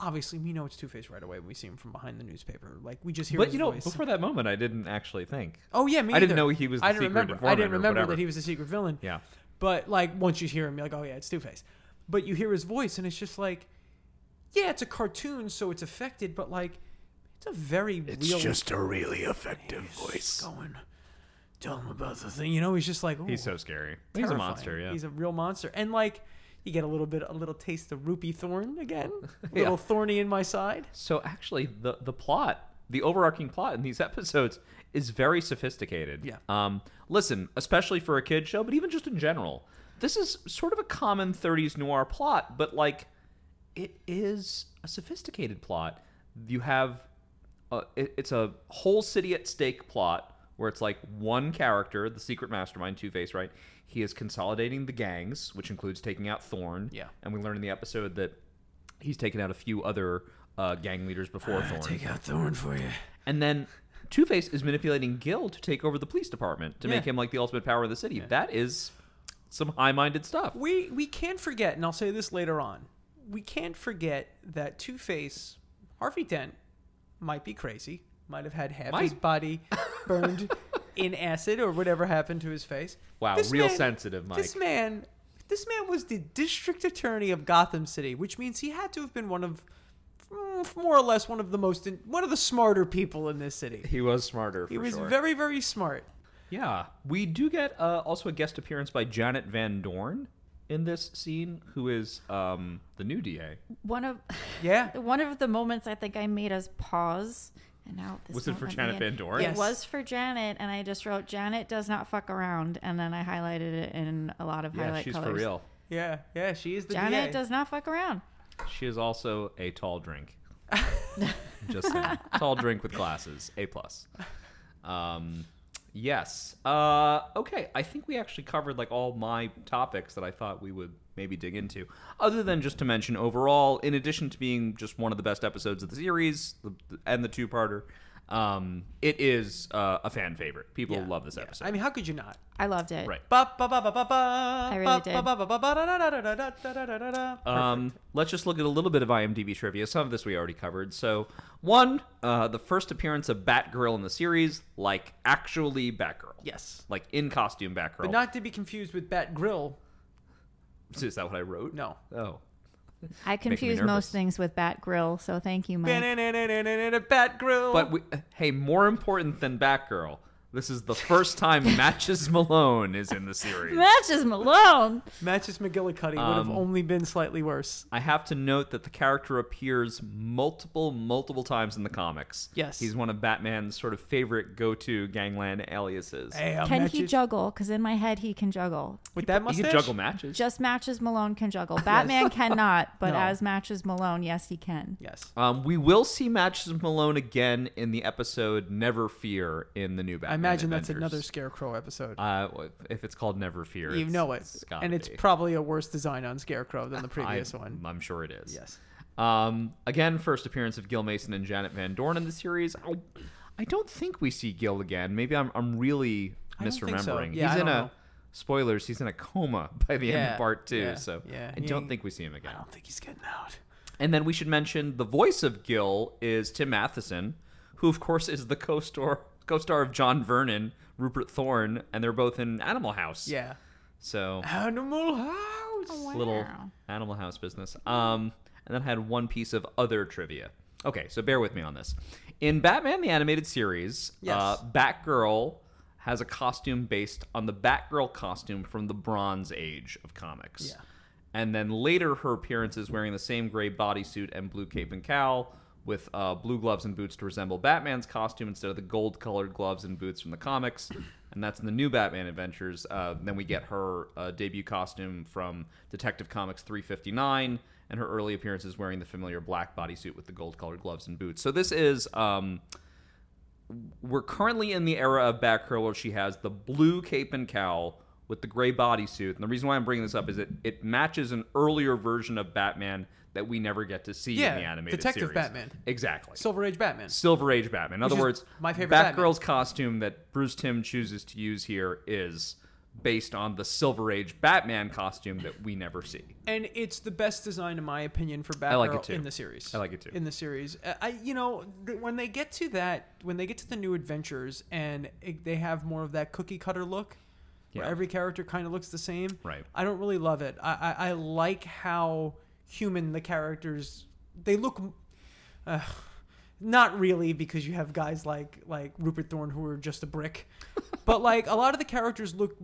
Speaker 2: obviously we know it's Two Face right away when we see him from behind the newspaper. Like we just hear.
Speaker 1: But
Speaker 2: his
Speaker 1: you know,
Speaker 2: voice.
Speaker 1: before that moment, I didn't actually think.
Speaker 2: Oh yeah, me
Speaker 1: I didn't
Speaker 2: either.
Speaker 1: know he was the
Speaker 2: I didn't
Speaker 1: secret
Speaker 2: remember. I
Speaker 1: informant
Speaker 2: didn't
Speaker 1: or
Speaker 2: remember
Speaker 1: whatever.
Speaker 2: that he was a secret villain.
Speaker 1: Yeah.
Speaker 2: But like once you hear him, you're like, oh yeah, it's Two Face. But you hear his voice, and it's just like, yeah, it's a cartoon, so it's affected, but like, it's a very real
Speaker 4: a really effective voice.
Speaker 2: going. Tell him about the thing. You know, he's just like ooh,
Speaker 1: He's so scary. He's a
Speaker 2: terrifying.
Speaker 1: monster. Yeah.
Speaker 2: he's a real monster, and like. You get a little bit, a little taste of Rupee Thorn again. A little thorny in my side.
Speaker 1: So actually, the the plot, the overarching plot in these episodes is very sophisticated.
Speaker 2: Yeah.
Speaker 1: Um, listen, especially for a kid show, but even just in general, this is sort of a common '30s noir plot, but like, it is a sophisticated plot. You have, a, it, it's a whole city at stake plot where it's like one character, the secret mastermind, Two Face, right? He is consolidating the gangs, which includes taking out Thorn.
Speaker 2: Yeah.
Speaker 1: And we learn in the episode that he's taken out a few other uh, gang leaders before Thorn.
Speaker 2: out Thorn for you.
Speaker 1: and then Two Face is manipulating Gil to take over the police department to make
Speaker 2: Yeah.
Speaker 1: him like the ultimate power of the city. That is some high minded stuff.
Speaker 2: We we can't forget, and I'll say this later on. We can't forget that Two Face, Harvey Dent, might be crazy. Might have had half his
Speaker 1: Might.
Speaker 2: body burned in acid or whatever happened to his face.
Speaker 1: Wow, real sensitive,
Speaker 2: This
Speaker 1: Mike.
Speaker 2: man, this man was the district attorney of Gotham City, which means he had to have been one of, mm, more or less, one of the most, one of the smarter people in this city.
Speaker 1: He was smarter. For
Speaker 2: He was
Speaker 1: sure.
Speaker 2: very, very smart.
Speaker 1: Yeah, we do get uh, also a guest appearance by Janet Van Dorn in this scene, who is um, the new DA.
Speaker 3: One of
Speaker 2: Yeah.
Speaker 3: one of the moments I think I made us pause. And now this
Speaker 1: Was it
Speaker 3: won't
Speaker 1: for
Speaker 3: let me
Speaker 1: Janet
Speaker 3: in.
Speaker 1: Van Dorn?
Speaker 3: It
Speaker 2: Yes.
Speaker 3: was for Janet, and I just wrote Janet does not fuck around, and then I highlighted it in a lot of
Speaker 1: Yeah,
Speaker 3: highlight
Speaker 1: she's
Speaker 3: colors.
Speaker 1: for real.
Speaker 2: Yeah, yeah, she is the
Speaker 3: Janet
Speaker 2: DA.
Speaker 3: does not fuck around.
Speaker 1: She is also a tall drink. Just saying. tall drink with glasses. A plus. Um, yes. Uh, okay. I think we actually covered like all my topics that I thought we would maybe dig into. Other than just to mention overall, in addition to being just one of the best episodes of the series the, and the two-parter, um, it is uh, a fan favorite. People
Speaker 2: Yeah,
Speaker 1: love this
Speaker 2: yeah.
Speaker 1: episode.
Speaker 2: I mean, how could you not?
Speaker 3: I loved it.
Speaker 1: Right.
Speaker 2: Ba ba ba ba ba ba.
Speaker 3: I really
Speaker 2: Ba
Speaker 3: did.
Speaker 2: ba ba ba ba da da da da da da da da da da.
Speaker 1: Um, let's just look at a little bit of IMDb trivia. Some of this we already covered. So, one, uh, the first appearance of Batgirl in the series, like actually Batgirl.
Speaker 2: Yes.
Speaker 1: Like in costume Batgirl.
Speaker 2: But not to be confused with Bat Grill.
Speaker 1: Is that what I wrote?
Speaker 2: No.
Speaker 1: Oh.
Speaker 3: I confuse
Speaker 1: nervous.
Speaker 3: most things with Bat Grill, so thank you, Mike.
Speaker 2: Ba-na-na-na-na-na-na, Bat Grill.
Speaker 1: But we, hey, more important than Batgirl, this is the first time Matches Malone is in the series.
Speaker 3: Matches Malone.
Speaker 2: Matches McGillicuddy would have only been slightly worse.
Speaker 1: I have to note that the character appears multiple, multiple times in the comics.
Speaker 2: Yes.
Speaker 1: He's one of Batman's sort of favorite go to gangland aliases.
Speaker 2: Hey, uh,
Speaker 3: Can he
Speaker 2: Matches-
Speaker 3: juggle? Because in my head, he can juggle.
Speaker 2: with that
Speaker 1: he
Speaker 2: mustache?
Speaker 1: could juggle matches.
Speaker 3: Just Matches Malone can juggle. Batman cannot, but
Speaker 2: No.
Speaker 3: as Matches Malone, yes, he can.
Speaker 2: Yes.
Speaker 1: Um, we will see Matches Malone again in the episode Never Fear in the new Batman.
Speaker 2: I imagine that's
Speaker 1: Adventures.
Speaker 2: another Scarecrow episode.
Speaker 1: Uh, if it's called Never Fear,
Speaker 2: You
Speaker 1: it's-
Speaker 2: know it,
Speaker 1: gotta
Speaker 2: and it's
Speaker 1: be.
Speaker 2: probably a worse design on Scarecrow than the previous
Speaker 1: I'm,
Speaker 2: one.
Speaker 1: I'm sure it is.
Speaker 2: Yes.
Speaker 1: Um, again, first appearance of Gil Mason and Janet Van Dorn in the series. I, I don't think we see Gil again. Maybe I'm I'm really
Speaker 2: I don't think
Speaker 1: misremembering.
Speaker 2: so. Yeah,
Speaker 1: he's
Speaker 2: I
Speaker 1: in
Speaker 2: don't
Speaker 1: a
Speaker 2: know.
Speaker 1: spoilers. He's in a coma by the end
Speaker 2: Yeah,
Speaker 1: of part two.
Speaker 2: yeah,
Speaker 1: so
Speaker 2: yeah.
Speaker 1: I don't think we see him again.
Speaker 2: I don't think he's getting out.
Speaker 1: And then we should mention the voice of Gil is Tim Matheson, who of course is the co-star co-star of John Vernon, Rupert Thorne, and they're both in Animal House.
Speaker 2: Yeah.
Speaker 1: So
Speaker 2: Animal House.
Speaker 1: little
Speaker 3: Oh, Wow.
Speaker 1: Animal House business. Um, and then I had one piece of other trivia. Okay, so bear with me on this. In Batman the Animated Series,
Speaker 2: Yes.
Speaker 1: uh, Batgirl has a costume based on the Batgirl costume from the Bronze Age of comics.
Speaker 2: Yeah.
Speaker 1: And then later, her appearance is wearing the same gray bodysuit and blue cape and cowl with uh, blue gloves and boots to resemble Batman's costume instead of the gold colored gloves and boots from the comics. And that's in the new Batman Adventures. Uh, then we get her uh, debut costume from Detective Comics 359, and her early appearance is wearing the familiar black bodysuit with the gold colored gloves and boots. So this is. Um, we're currently in the era of Batgirl where she has the blue cape and cowl with the gray bodysuit. And the reason why I'm bringing this up is it, it matches an earlier version of Batman that we never get to see
Speaker 2: Yeah,
Speaker 1: in the animated
Speaker 2: Detective
Speaker 1: series.
Speaker 2: Batman.
Speaker 1: Exactly.
Speaker 2: Silver Age Batman.
Speaker 1: Silver Age Batman. In other
Speaker 2: is
Speaker 1: words,
Speaker 2: my favorite Batman.
Speaker 1: Batgirl's costume that Bruce Tim chooses to use here is based on the Silver Age Batman costume that we never see.
Speaker 2: and it's the best design in my opinion for Batgirl
Speaker 1: like it too.
Speaker 2: in the series.
Speaker 1: I like it too.
Speaker 2: In the series, Uh, I you know th- when they get to that when they get to the new adventures and it, they have more of that cookie cutter look,
Speaker 1: Yeah.
Speaker 2: where every character kind of looks the same.
Speaker 1: Right.
Speaker 2: I don't really love it. I I, I like how human the characters they look. Uh, not really because you have guys like like Rupert Thorne who are just a brick, but like a lot of the characters look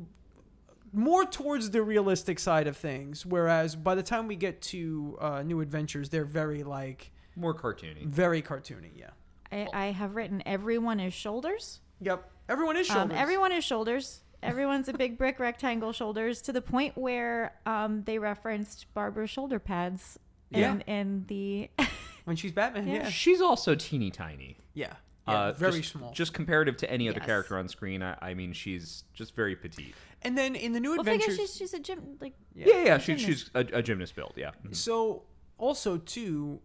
Speaker 2: more towards the realistic side of things. Whereas by the time we get to uh, New Adventures, they're very like
Speaker 1: More cartoony.
Speaker 2: very cartoony. Yeah.
Speaker 3: I, I have written everyone is shoulders.
Speaker 2: Yep. Everyone is shoulders.
Speaker 3: Um, everyone is shoulders. Everyone's a big brick rectangle shoulders to the point where um, they referenced Barbara's shoulder pads.
Speaker 2: Yeah.
Speaker 3: And, and the
Speaker 2: when she's Batman. Yeah.
Speaker 3: Yeah.
Speaker 2: Yeah.
Speaker 1: She's also teeny tiny.
Speaker 2: yeah.
Speaker 1: uh,
Speaker 2: very
Speaker 1: just-
Speaker 2: small.
Speaker 1: Just comparative to any other
Speaker 3: Yes.
Speaker 1: character on screen, I, I mean, she's just very petite.
Speaker 2: and then in the New
Speaker 3: well, figure
Speaker 2: Adventures.
Speaker 3: she's, she's a gym like
Speaker 1: Yeah, yeah, she,
Speaker 3: Goodness.
Speaker 1: she's a, a gymnast build. Yeah,
Speaker 2: So also too,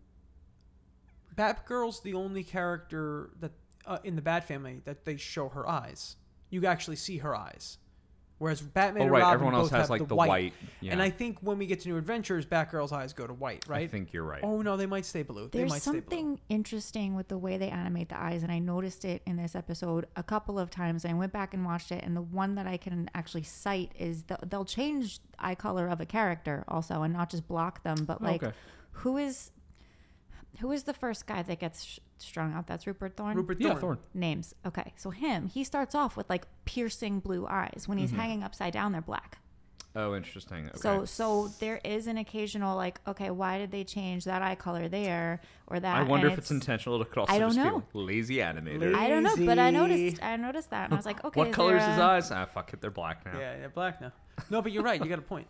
Speaker 2: Batgirl's the only character that uh, in the Bat family that they show her eyes. You actually see her eyes. Whereas Batman
Speaker 1: Oh,
Speaker 2: and
Speaker 1: right,
Speaker 2: Robin
Speaker 1: everyone else
Speaker 2: both
Speaker 1: has,
Speaker 2: have
Speaker 1: like,
Speaker 2: the
Speaker 1: the
Speaker 2: white.
Speaker 1: white,
Speaker 2: And
Speaker 1: yeah.
Speaker 2: I think when we get to New Adventures, Batgirl's eyes go to white, right?
Speaker 1: I think you're right.
Speaker 2: Oh no, they might stay blue. they might
Speaker 3: There's
Speaker 2: stay blue.
Speaker 3: something interesting with the way they animate the eyes, and I noticed it in this episode a couple of times. I went back and watched it, and the one that I can actually cite is the, they'll change eye color of a character also, and not just block them, but like
Speaker 1: Oh, Okay.
Speaker 3: who is who is the first guy that gets sh- strung out? That's Rupert Thorne.
Speaker 2: Rupert
Speaker 1: yeah,
Speaker 2: Thorne.
Speaker 1: Thorn.
Speaker 3: names. Okay, so him, he starts off with like piercing blue eyes. When he's hanging upside down, they're black.
Speaker 1: Oh, interesting. Mm-hmm. Okay.
Speaker 3: So so there is an occasional like, okay, why did they change that eye color there or that?
Speaker 1: I wonder
Speaker 3: and
Speaker 1: if it's, intentional. It could also
Speaker 3: I don't
Speaker 1: just
Speaker 3: know.
Speaker 1: be lazy animator.
Speaker 2: La-
Speaker 3: I don't know, but I noticed
Speaker 2: Easy.
Speaker 3: I noticed that and I was like, okay,
Speaker 1: what
Speaker 3: is
Speaker 1: color is
Speaker 3: there
Speaker 1: his
Speaker 3: a-
Speaker 1: eyes? Ah, fuck it, they're black now.
Speaker 2: Yeah, yeah, black now. No, but you're right. You got a point.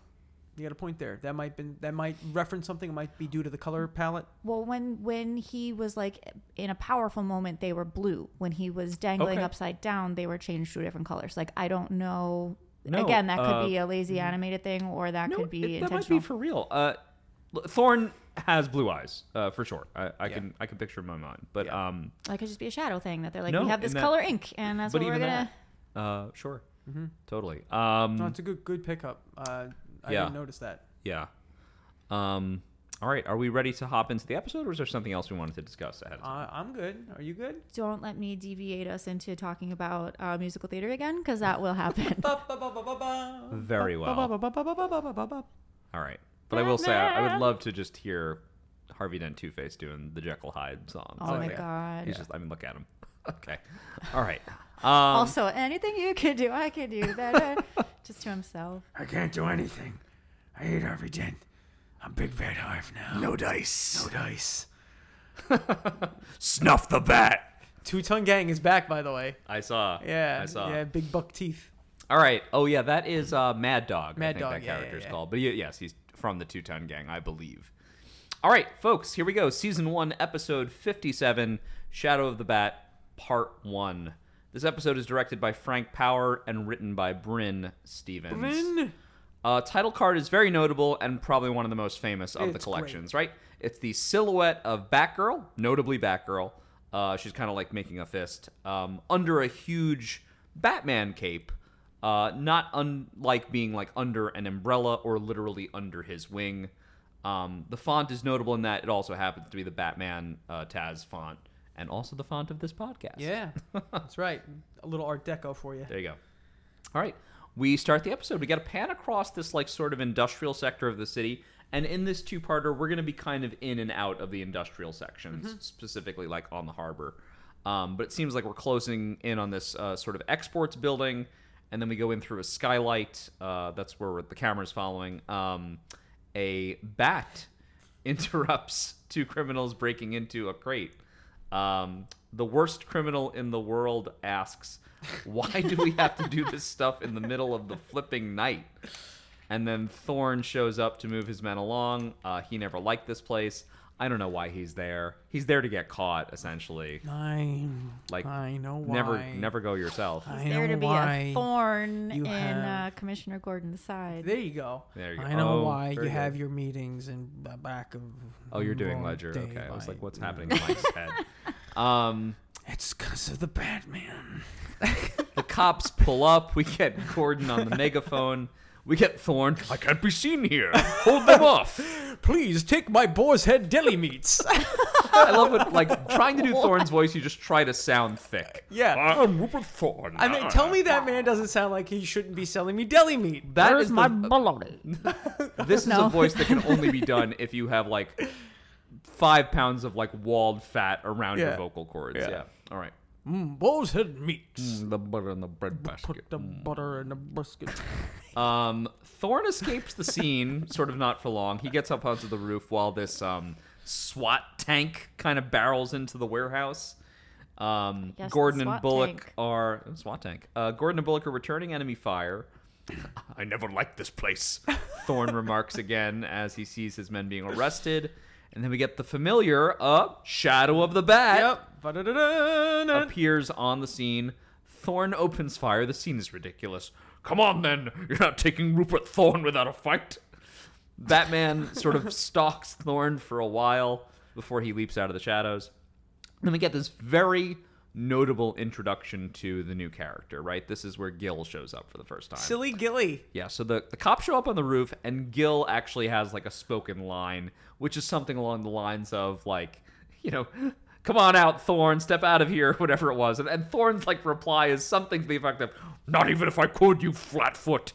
Speaker 2: You got a point there. That might been that might reference something. It might be due to the color palette.
Speaker 3: Well, when when he was like in a powerful moment, they were blue. When he was dangling
Speaker 1: Okay.
Speaker 3: upside down, they were changed to different colors. Like I don't know.
Speaker 1: No,
Speaker 3: Again, that could
Speaker 1: uh,
Speaker 3: be a lazy animated thing, or that
Speaker 1: No,
Speaker 3: could be
Speaker 1: it- that might
Speaker 3: intentional.
Speaker 1: be for real. Uh, Thorn has blue eyes uh, for sure. I, I can I can picture in my mind, but
Speaker 2: Yeah.
Speaker 1: um,
Speaker 3: that could just be a shadow thing that they're like,
Speaker 1: No,
Speaker 3: we have this
Speaker 1: and that-
Speaker 3: color ink, and that's
Speaker 1: but
Speaker 3: what we're
Speaker 1: even
Speaker 3: gonna. Mm-hmm.
Speaker 1: that, uh, sure, totally. Um,
Speaker 2: No, it's a good good pickup. Uh, I
Speaker 1: Yeah.
Speaker 2: didn't notice that.
Speaker 1: yeah. Um, all right, are we ready to hop into the episode, or is there something else we wanted to discuss ahead of time?
Speaker 2: Uh, I'm good. Are you good?
Speaker 3: Don't let me deviate us into talking about uh, musical theater again, because that will happen.
Speaker 1: Oh,
Speaker 3: Um,
Speaker 1: Very well.
Speaker 2: Well,
Speaker 1: All right. But I will say, I, I would love to just hear Harvey Dent Two Face doing the Jekyll Hyde song.
Speaker 3: Oh
Speaker 1: So,
Speaker 3: my
Speaker 1: yeah.
Speaker 3: God.
Speaker 1: He's just, I mean, look at him. Okay. All right. Um,
Speaker 2: Oh.
Speaker 3: also, anything you could do, I could do better. just to himself.
Speaker 4: I can't do anything. I hate Harvey Dent. I'm Big Bad Harv now. No dice. No dice. Snuff the bat.
Speaker 2: Two Tongue Gang is back, by the way.
Speaker 1: I saw.
Speaker 2: Yeah,
Speaker 1: I saw.
Speaker 2: yeah, big buck teeth.
Speaker 1: All right. Oh yeah, that is uh, Mad Dog. I
Speaker 2: Mad
Speaker 1: think
Speaker 2: Dog,
Speaker 1: That
Speaker 2: yeah, yeah,
Speaker 1: character's
Speaker 2: yeah.
Speaker 1: called. But ye- yes, he's from the Two Tone Gang, I believe. All right, folks. Here we go. Season one, episode fifty-seven, Shadow of the Bat, part one. This episode is directed by Frank Power and written by Bryn Stevens.
Speaker 2: Bryn.
Speaker 1: Uh, title card is very notable and probably one of the most famous of the
Speaker 2: It's great.
Speaker 1: collections, right? It's the silhouette of Batgirl, notably Batgirl. Uh, she's kind of like making a fist um, under a huge Batman cape, uh, not unlike being like under an umbrella or literally under his wing. Um, the font is notable in that it also happens to be the Batman uh, Taz font and also the font of this podcast.
Speaker 2: Yeah, that's right. A little Art Deco for you.
Speaker 1: There you go. All right. We start the episode. We got to pan across this like sort of industrial sector of the city. And in this two-parter, we're going to be kind of in and out of the industrial sections, specifically like on the harbor. Um, but it seems like we're closing in on this uh, sort of exports building, and then we go in through a skylight. Uh, that's where we're- the camera's following. Um, a bat interrupts two criminals breaking into a crate. Um, the worst criminal in the world asks, "Why do we have to do this stuff in the middle of the flipping night?" And then Thorn shows up to move his men along. Uh, he never liked this place. I don't know why he's there. He's there to get caught, essentially.
Speaker 2: I
Speaker 1: Like,
Speaker 2: I know why.
Speaker 1: Never, never go yourself.
Speaker 2: I know
Speaker 3: there to be
Speaker 2: why.
Speaker 3: a thorn
Speaker 2: you
Speaker 3: in uh,
Speaker 2: have-
Speaker 3: Commissioner Gordon's side.
Speaker 2: There you go.
Speaker 1: There you
Speaker 2: I
Speaker 1: go.
Speaker 2: know
Speaker 1: Oh,
Speaker 2: why you
Speaker 1: very
Speaker 2: have
Speaker 1: good.
Speaker 2: your meetings in the back of.
Speaker 1: Oh, you're doing
Speaker 2: wrong
Speaker 1: Ledger.
Speaker 2: day
Speaker 1: Okay, I was
Speaker 2: by-
Speaker 1: like, what's happening in Mike's head? Um,
Speaker 2: It's because of the Batman.
Speaker 1: the cops pull up. We get Gordon on the megaphone. We get Thorn. I can't be seen here. Hold them off.
Speaker 2: Please take my boar's head deli meats.
Speaker 1: I love it. Like trying to do Thorn's voice, you just try to sound thick.
Speaker 2: yeah.
Speaker 1: I'm Rupert Thorn.
Speaker 2: I mean, tell me that man doesn't sound like he shouldn't be selling me deli meat.
Speaker 1: That
Speaker 5: Where's
Speaker 1: is
Speaker 5: my
Speaker 1: the,
Speaker 5: baloney?
Speaker 1: This is
Speaker 3: No.
Speaker 1: a voice that can only be done if you have like five pounds of like walled fat around your
Speaker 2: Yeah.
Speaker 1: vocal cords. Yeah.
Speaker 2: Yeah.
Speaker 1: All right.
Speaker 2: Mm, boar's head meats.
Speaker 1: The butter in the bread Mm. basket. Mm.
Speaker 2: Put the butter in the brisket.
Speaker 1: Um, Thorn escapes the scene, sort of not for long. He gets up onto the roof while this um, SWAT tank kind of barrels into the warehouse. Um,
Speaker 3: Yes, the
Speaker 1: Gordon and
Speaker 3: SWAT
Speaker 1: Bullock
Speaker 3: tank.
Speaker 1: are oh, SWAT tank. Uh, Gordon and Bullock are returning enemy fire. I never liked this place. Thorn remarks again as he sees his men being arrested, and then we get the familiar uh, shadow of the bat
Speaker 2: yep. Ba-da-da-da-da.
Speaker 1: appears on the scene. Thorn opens fire. The scene is ridiculous. Come on, then. You're not taking Rupert Thorn without a fight. Batman sort of stalks Thorn for a while before he leaps out of the shadows. Then we get this very notable introduction to the new character, right? This is where Gil shows up for the first time.
Speaker 2: Silly Gilly.
Speaker 1: Yeah, so the, the cops show up on the roof, and Gil actually has like a spoken line, which is something along the lines of, like, you know, come on out, Thorn, step out of here, whatever it was. And, and Thorn's like reply is something to the effect of, not even if I could, you flatfoot.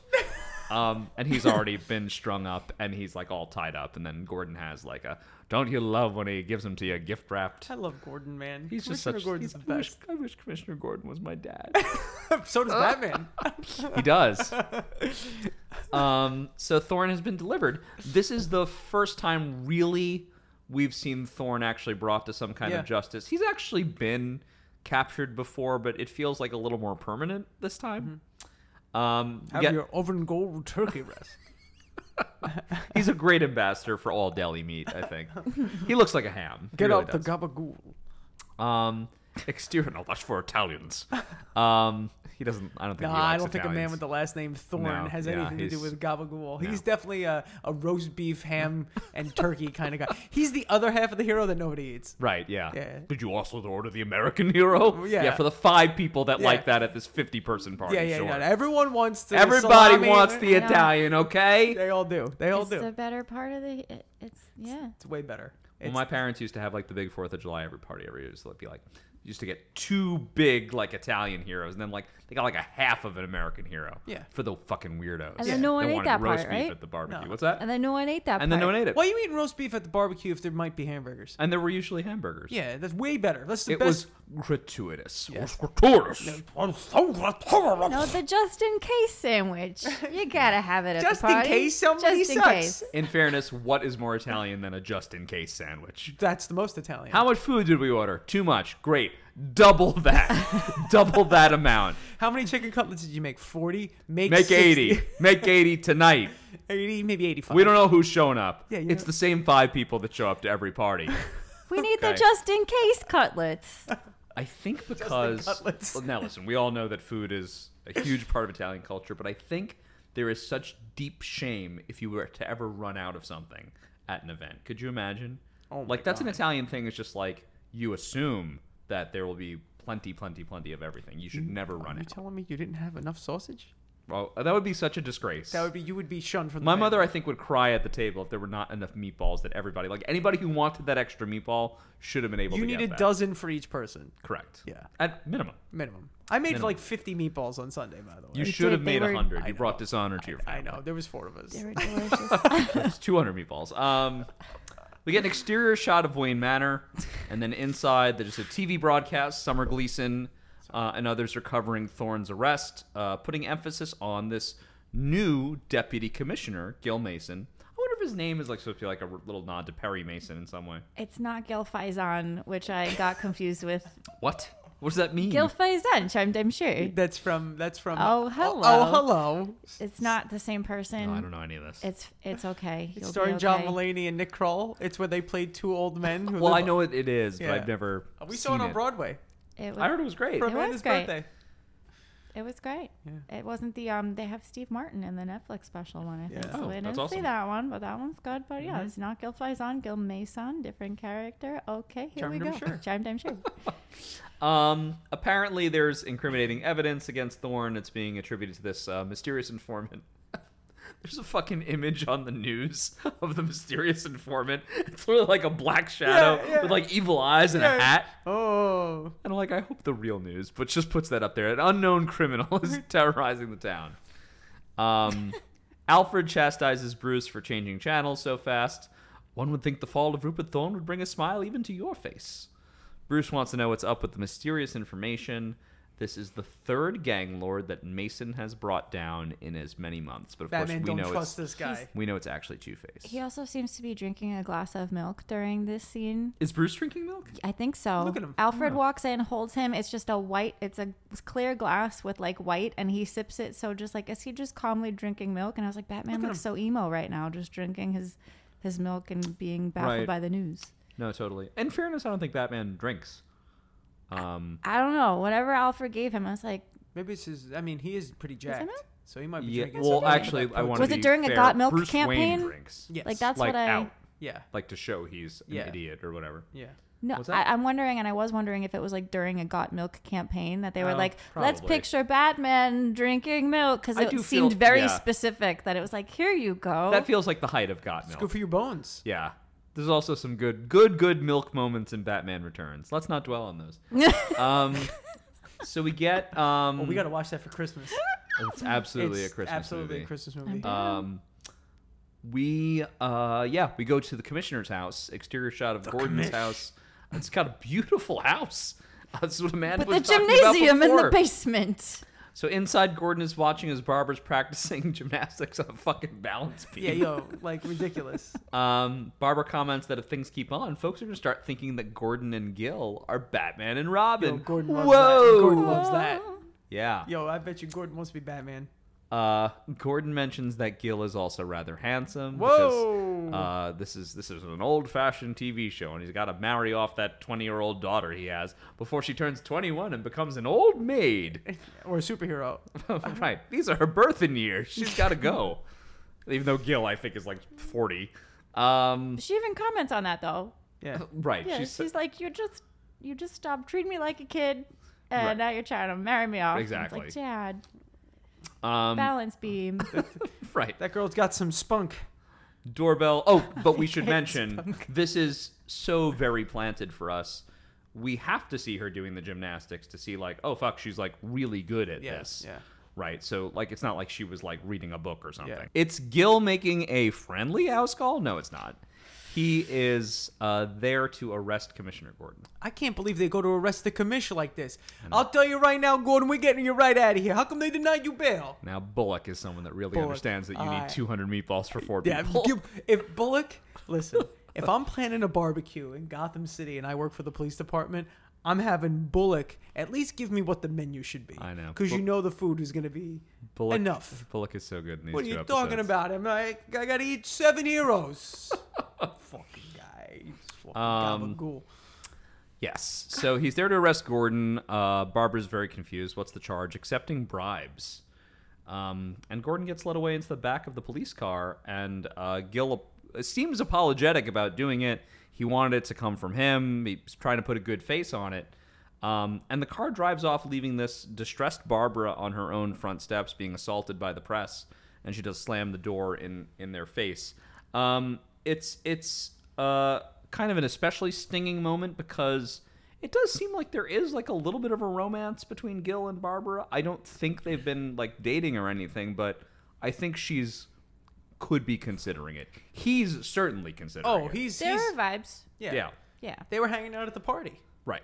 Speaker 1: um, and he's already been strung up, and he's like all tied up. And then Gordon has like a, don't you love when he gives him to you gift wrapped?
Speaker 2: I love Gordon, man.
Speaker 1: He's just
Speaker 2: Commissioner
Speaker 1: such.
Speaker 2: Gordon's
Speaker 1: he's-
Speaker 2: the
Speaker 1: I, wish,
Speaker 2: best.
Speaker 1: I wish Commissioner Gordon was my dad.
Speaker 2: so does Batman.
Speaker 1: He does. um, so Thorn has been delivered. This is the first time, really, we've seen Thorn actually brought to some kind
Speaker 2: Yeah.
Speaker 1: of justice. He's actually been captured before, but it feels like a little more permanent this time.
Speaker 2: Mm-hmm.
Speaker 1: Um,
Speaker 2: Have
Speaker 1: yeah,
Speaker 2: your oven gold turkey breast.
Speaker 1: he's a great ambassador for all deli meat. I think he looks like a ham. He
Speaker 2: Get
Speaker 1: really
Speaker 2: out the
Speaker 1: does.
Speaker 2: gabagool.
Speaker 1: um, exterior. No, that's for Italians. Um, he doesn't. I don't think.
Speaker 2: Nah,
Speaker 1: he likes
Speaker 2: I don't think a man
Speaker 1: Italians.
Speaker 2: with the last name Thorn
Speaker 1: No,
Speaker 2: has
Speaker 1: yeah,
Speaker 2: anything to do
Speaker 1: he's-
Speaker 2: with gabagool. He's definitely a, a roast beef, ham, and turkey kind of guy. He's the other half of the hero that nobody eats.
Speaker 1: Right, yeah.
Speaker 2: Yeah.
Speaker 1: Did you also order the American Hero?
Speaker 2: Yeah.
Speaker 1: for the five people that
Speaker 2: Yeah.
Speaker 1: like that at this 50 person party.
Speaker 2: yeah, yeah,
Speaker 1: sure.
Speaker 2: yeah. Everyone wants to.
Speaker 1: Everybody wants the
Speaker 3: I know.
Speaker 1: Italian, okay?
Speaker 2: They all do. They all
Speaker 3: it's
Speaker 2: do.
Speaker 3: the better part of the. It, it's yeah.
Speaker 2: It's way better.
Speaker 1: Well,
Speaker 2: It's,
Speaker 1: my parents used to have like the big 4th of July every party every year. So it'd be like, used to get two big like Italian heroes and then like they got like a half of an American hero.
Speaker 2: Yeah.
Speaker 1: For the fucking weirdos.
Speaker 3: And then no one
Speaker 1: that
Speaker 3: ate
Speaker 1: wanted
Speaker 3: that
Speaker 1: roast
Speaker 3: part,
Speaker 1: beef
Speaker 3: right?
Speaker 1: at the barbecue.
Speaker 2: No.
Speaker 1: What's that?
Speaker 3: And then no one ate that.
Speaker 1: And then no
Speaker 3: part.
Speaker 1: one ate it.
Speaker 2: why are you eating roast beef at the barbecue if there might be hamburgers?
Speaker 1: And there were usually hamburgers.
Speaker 2: Yeah, that's way better. That's the
Speaker 1: It was
Speaker 2: best.
Speaker 1: gratuitous. It was
Speaker 2: Yes.
Speaker 1: gratuitous.
Speaker 3: No, the just in case sandwich. You gotta have it at
Speaker 2: Just
Speaker 3: the
Speaker 2: in
Speaker 3: party.
Speaker 2: case somebody
Speaker 3: just in
Speaker 2: sucks.
Speaker 3: case.
Speaker 1: In fairness, what is more Italian than a just in case sandwich?
Speaker 2: That's the most Italian.
Speaker 1: How much food did we order? Too much. Great. Double that. Double that amount.
Speaker 2: How many chicken cutlets did you make? 40? Make,
Speaker 1: Make
Speaker 2: 60,
Speaker 1: 80. Make 80 tonight.
Speaker 2: 80, maybe 85.
Speaker 1: We don't know who's showing up.
Speaker 2: Yeah, you
Speaker 1: it's
Speaker 2: know-
Speaker 1: the same five people that show up to every party.
Speaker 3: We need
Speaker 1: Okay.
Speaker 3: the just in case cutlets.
Speaker 1: I think because.
Speaker 2: cutlets.
Speaker 1: Well, now, listen, we all know that food is a huge part of Italian culture, but I think there is such deep shame if you were to ever run out of something at an event. Could you imagine?
Speaker 2: Oh my
Speaker 1: like, that's an
Speaker 2: God.
Speaker 1: Italian thing. It's just like you assume that there will be plenty, plenty, plenty of everything. You should never run
Speaker 2: Are you
Speaker 1: out.
Speaker 2: telling me you didn't have enough sausage?
Speaker 1: Well, that would be such a disgrace.
Speaker 2: That would be you would be shunned from the
Speaker 1: My
Speaker 2: family.
Speaker 1: mother, I think, would cry at the table if there were not enough meatballs that everybody, like anybody who wanted that extra meatball, should have been able
Speaker 2: You
Speaker 1: to
Speaker 2: need
Speaker 1: get
Speaker 2: a
Speaker 1: that.
Speaker 2: dozen for each person,
Speaker 1: Correct.
Speaker 2: Yeah.
Speaker 1: At minimum,
Speaker 2: minimum. I made
Speaker 1: Minimum.
Speaker 2: like 50 meatballs on Sunday, by the way.
Speaker 1: you
Speaker 3: did,
Speaker 1: should have
Speaker 3: they
Speaker 1: made
Speaker 3: were-
Speaker 1: a hundred.
Speaker 2: I
Speaker 1: You
Speaker 2: know.
Speaker 1: brought dishonor to your
Speaker 2: I
Speaker 1: family.
Speaker 2: know there was four of us.
Speaker 3: They were delicious.
Speaker 1: It's two hundred meatballs. Um, We get an exterior shot of Wayne Manor, and then inside there's a TV broadcast. Summer Gleason uh, and others are covering Thorne's arrest, uh, putting emphasis on this new deputy commissioner, Gil Mason. I wonder if his name is like supposed to be like a r- little nod to Perry Mason in some way.
Speaker 3: It's not Gil Faison, which I got confused with
Speaker 1: What? What does that mean?
Speaker 3: Gil Faison. I'm, I'm sure
Speaker 2: That's from that's from
Speaker 3: Oh,
Speaker 2: Oh,
Speaker 3: hello.
Speaker 2: hello.
Speaker 3: it's not the same person.
Speaker 1: No, I don't know any of this.
Speaker 3: It's it's okay.
Speaker 2: It's
Speaker 3: You'll be
Speaker 2: starring John
Speaker 3: okay.
Speaker 2: Mulaney and Nick Kroll. It's where they played two old men who
Speaker 1: well, I
Speaker 2: live-
Speaker 1: know it, it is,
Speaker 2: Yeah.
Speaker 1: but I've never.
Speaker 2: we saw
Speaker 1: seen
Speaker 2: it on Broadway
Speaker 3: It
Speaker 1: I
Speaker 3: was,
Speaker 1: heard it was great.
Speaker 2: for
Speaker 3: It was
Speaker 2: Amanda's
Speaker 3: great.
Speaker 2: birthday.
Speaker 3: it was great. It wasn't the um. They have Steve Martin in the Netflix special one. I think
Speaker 2: Yeah.
Speaker 1: Oh,
Speaker 3: so. I didn't
Speaker 1: that's
Speaker 3: see
Speaker 1: awesome.
Speaker 3: that one, but that one's good. But
Speaker 2: Mm-hmm.
Speaker 3: yeah, it's not Gil Faison. Gil Mason, different character. Okay, here we
Speaker 2: Charmed,
Speaker 3: go.
Speaker 2: I'm sure.
Speaker 3: Charmed, I'm sure.
Speaker 1: Um, apparently, there's incriminating evidence against Thorne that's being attributed to this uh, mysterious informant. there's a fucking image on the news of the mysterious informant. It's literally like a black shadow
Speaker 2: yeah.
Speaker 1: with like evil eyes and a
Speaker 2: Yeah.
Speaker 1: hat.
Speaker 2: Oh,
Speaker 1: And I'm like, I hope the real news, but just puts that up there. An unknown criminal is terrorizing the town. Um, Alfred chastises Bruce for changing channels so fast. One would think the fall of Rupert Thorne would bring a smile even to your face. Bruce wants to know what's up with the mysterious information. This is the third gang lord that Mason has brought down in as many months. But of
Speaker 2: Batman
Speaker 1: course, we
Speaker 2: don't
Speaker 1: know
Speaker 2: trust
Speaker 1: it's
Speaker 2: this guy.
Speaker 1: we know it's actually Two Face.
Speaker 3: he also seems to be drinking a glass of milk during this scene.
Speaker 1: Is Bruce drinking milk?
Speaker 3: I think so.
Speaker 2: Look at him.
Speaker 3: Alfred walks in, holds him. It's just a white, it's a clear glass with like white, and he sips it. So just like, is he just calmly drinking milk? And I was like, Batman
Speaker 2: Look at
Speaker 3: looks
Speaker 2: him.
Speaker 3: so emo right now, just drinking his his milk and being baffled
Speaker 1: Right.
Speaker 3: by the news.
Speaker 1: No, totally. In fairness, I don't think Batman drinks. Um,
Speaker 3: I don't know. Whatever Alfred gave him, I was like,
Speaker 2: Maybe it's his. I mean, he is pretty jacked,
Speaker 3: milk?
Speaker 2: so he might be
Speaker 1: Yeah,
Speaker 2: drinking.
Speaker 1: well,
Speaker 2: something like
Speaker 1: actually,
Speaker 2: that
Speaker 1: I want to
Speaker 3: Was
Speaker 1: be
Speaker 3: it during a
Speaker 1: fair.
Speaker 3: Got Milk
Speaker 1: Bruce Wayne
Speaker 3: campaign?
Speaker 1: drinks,
Speaker 2: Yes.
Speaker 3: like that's
Speaker 1: like
Speaker 3: what I
Speaker 1: out,
Speaker 2: Yeah,
Speaker 1: like to show he's an
Speaker 2: Yeah.
Speaker 1: idiot or whatever.
Speaker 2: yeah.
Speaker 3: no.
Speaker 1: What's that?
Speaker 3: I, I'm wondering, and I was wondering if it was like during a Got Milk campaign that they were
Speaker 2: Oh,
Speaker 3: like, let's
Speaker 1: probably.
Speaker 3: picture Batman drinking milk because
Speaker 1: I
Speaker 3: it
Speaker 1: do
Speaker 3: seemed
Speaker 1: feel-
Speaker 3: very
Speaker 1: yeah.
Speaker 3: specific that it was like, here you go.
Speaker 1: That feels like the height of Got
Speaker 2: Good
Speaker 1: Milk.
Speaker 2: for your bones.
Speaker 1: Yeah, there's also some good, good, good milk moments in Batman Returns. Let's not dwell on those. um, so we get um,
Speaker 2: Well, we gotta watch that for Christmas.
Speaker 1: it's absolutely
Speaker 2: It's
Speaker 1: a Christmas
Speaker 2: absolutely
Speaker 1: movie.
Speaker 2: a Christmas movie.
Speaker 1: Um, we uh, yeah, we go to the commissioner's house. Exterior shot of Gordon's
Speaker 4: commish.
Speaker 1: house. It's got a beautiful house. That's what Amanda
Speaker 3: but
Speaker 1: was
Speaker 3: the
Speaker 1: talking about
Speaker 3: gymnasium in the
Speaker 1: before.
Speaker 3: basement.
Speaker 1: So inside, Gordon is watching as Barbara's practicing gymnastics on a fucking balance
Speaker 2: yeah,
Speaker 1: beam.
Speaker 2: yo, like ridiculous.
Speaker 1: Um, Barbara comments that if things keep on, folks are gonna start thinking that Gordon and Gil are Batman and Robin.
Speaker 2: Yo, Gordon loves
Speaker 1: Whoa!
Speaker 2: that. Gordon loves that.
Speaker 1: Yeah.
Speaker 2: Yo, I bet you Gordon wants to be Batman.
Speaker 1: Uh, Gordon mentions that Gil is also rather handsome.
Speaker 2: Whoa.
Speaker 1: Because, uh, this is this is an old-fashioned TV show, and he's got to marry off that twenty-year-old daughter he has before she turns twenty-one and becomes an old maid.
Speaker 2: Or a superhero.
Speaker 1: right. These are her birthing years. She's got to go. Even though Gil, I think, is like 40. Um,
Speaker 3: She even comments on that though.
Speaker 2: Yeah.
Speaker 1: right.
Speaker 3: Yeah, she's,
Speaker 1: she's,
Speaker 3: like, you just, you just stopped treating me like a kid, and
Speaker 1: Right.
Speaker 3: now you're trying to marry me off. And
Speaker 1: Exactly.
Speaker 3: It's like, Dad,
Speaker 1: um,
Speaker 3: balance beam.
Speaker 1: right.
Speaker 2: That girl's got some spunk.
Speaker 1: Doorbell. Oh, but we should mention this is so very planted for us. We have to see her doing the gymnastics to see, like, oh, fuck, she's like really good at
Speaker 2: Yeah,
Speaker 1: this.
Speaker 2: yeah.
Speaker 1: Right. So, like, it's not like she was like reading a book or something. It's Gil making a friendly house call. No, it's not. He is uh, there to arrest Commissioner Gordon.
Speaker 2: I can't believe they go to arrest the commissioner like this. I'll tell you right now, Gordon, we're getting you right out of here. How come they deny you bail?
Speaker 1: Now Bullock is someone that really
Speaker 2: Bullock.
Speaker 1: understands that you
Speaker 2: I-
Speaker 1: need 200 meatballs for four
Speaker 2: Yeah,
Speaker 1: people.
Speaker 2: give- if Bullock, listen, if I'm planning a barbecue in Gotham City and I work for the police department, I'm having Bullock at least give me what the menu should be.
Speaker 1: I know.
Speaker 2: Because you
Speaker 1: Bu-
Speaker 2: know the food is going to be
Speaker 1: Bullock,
Speaker 2: enough.
Speaker 1: Bullock is so good in these
Speaker 2: What are
Speaker 1: two
Speaker 2: you
Speaker 1: episodes.
Speaker 2: talking about? I'm like, I got to eat seven heroes. fucking guy. He's Fucking
Speaker 1: Um,
Speaker 2: gabagool.
Speaker 1: Yes. So he's there to arrest Gordon. Uh, Barbara's very confused. What's the charge? Accepting bribes. Um, and Gordon gets led away into the back of the police car, and uh, Gil ap- seems apologetic about doing it. He wanted it to come from him. He's trying to put a good face on it. Um, and the car drives off, leaving this distressed Barbara on her own front steps, being assaulted by the press, and she does slam the door in in their face. Um, it's it's uh, kind of an especially stinging moment because it does seem like there is like a little bit of a romance between Gil and Barbara. I don't think they've been like dating or anything, but I think she's could be considering it. He's certainly considering
Speaker 2: Oh,
Speaker 1: it.
Speaker 2: he's,
Speaker 3: There
Speaker 2: he's
Speaker 3: are vibes.
Speaker 2: yeah.
Speaker 1: Yeah.
Speaker 3: Yeah.
Speaker 2: They were hanging out at the party,
Speaker 1: Right.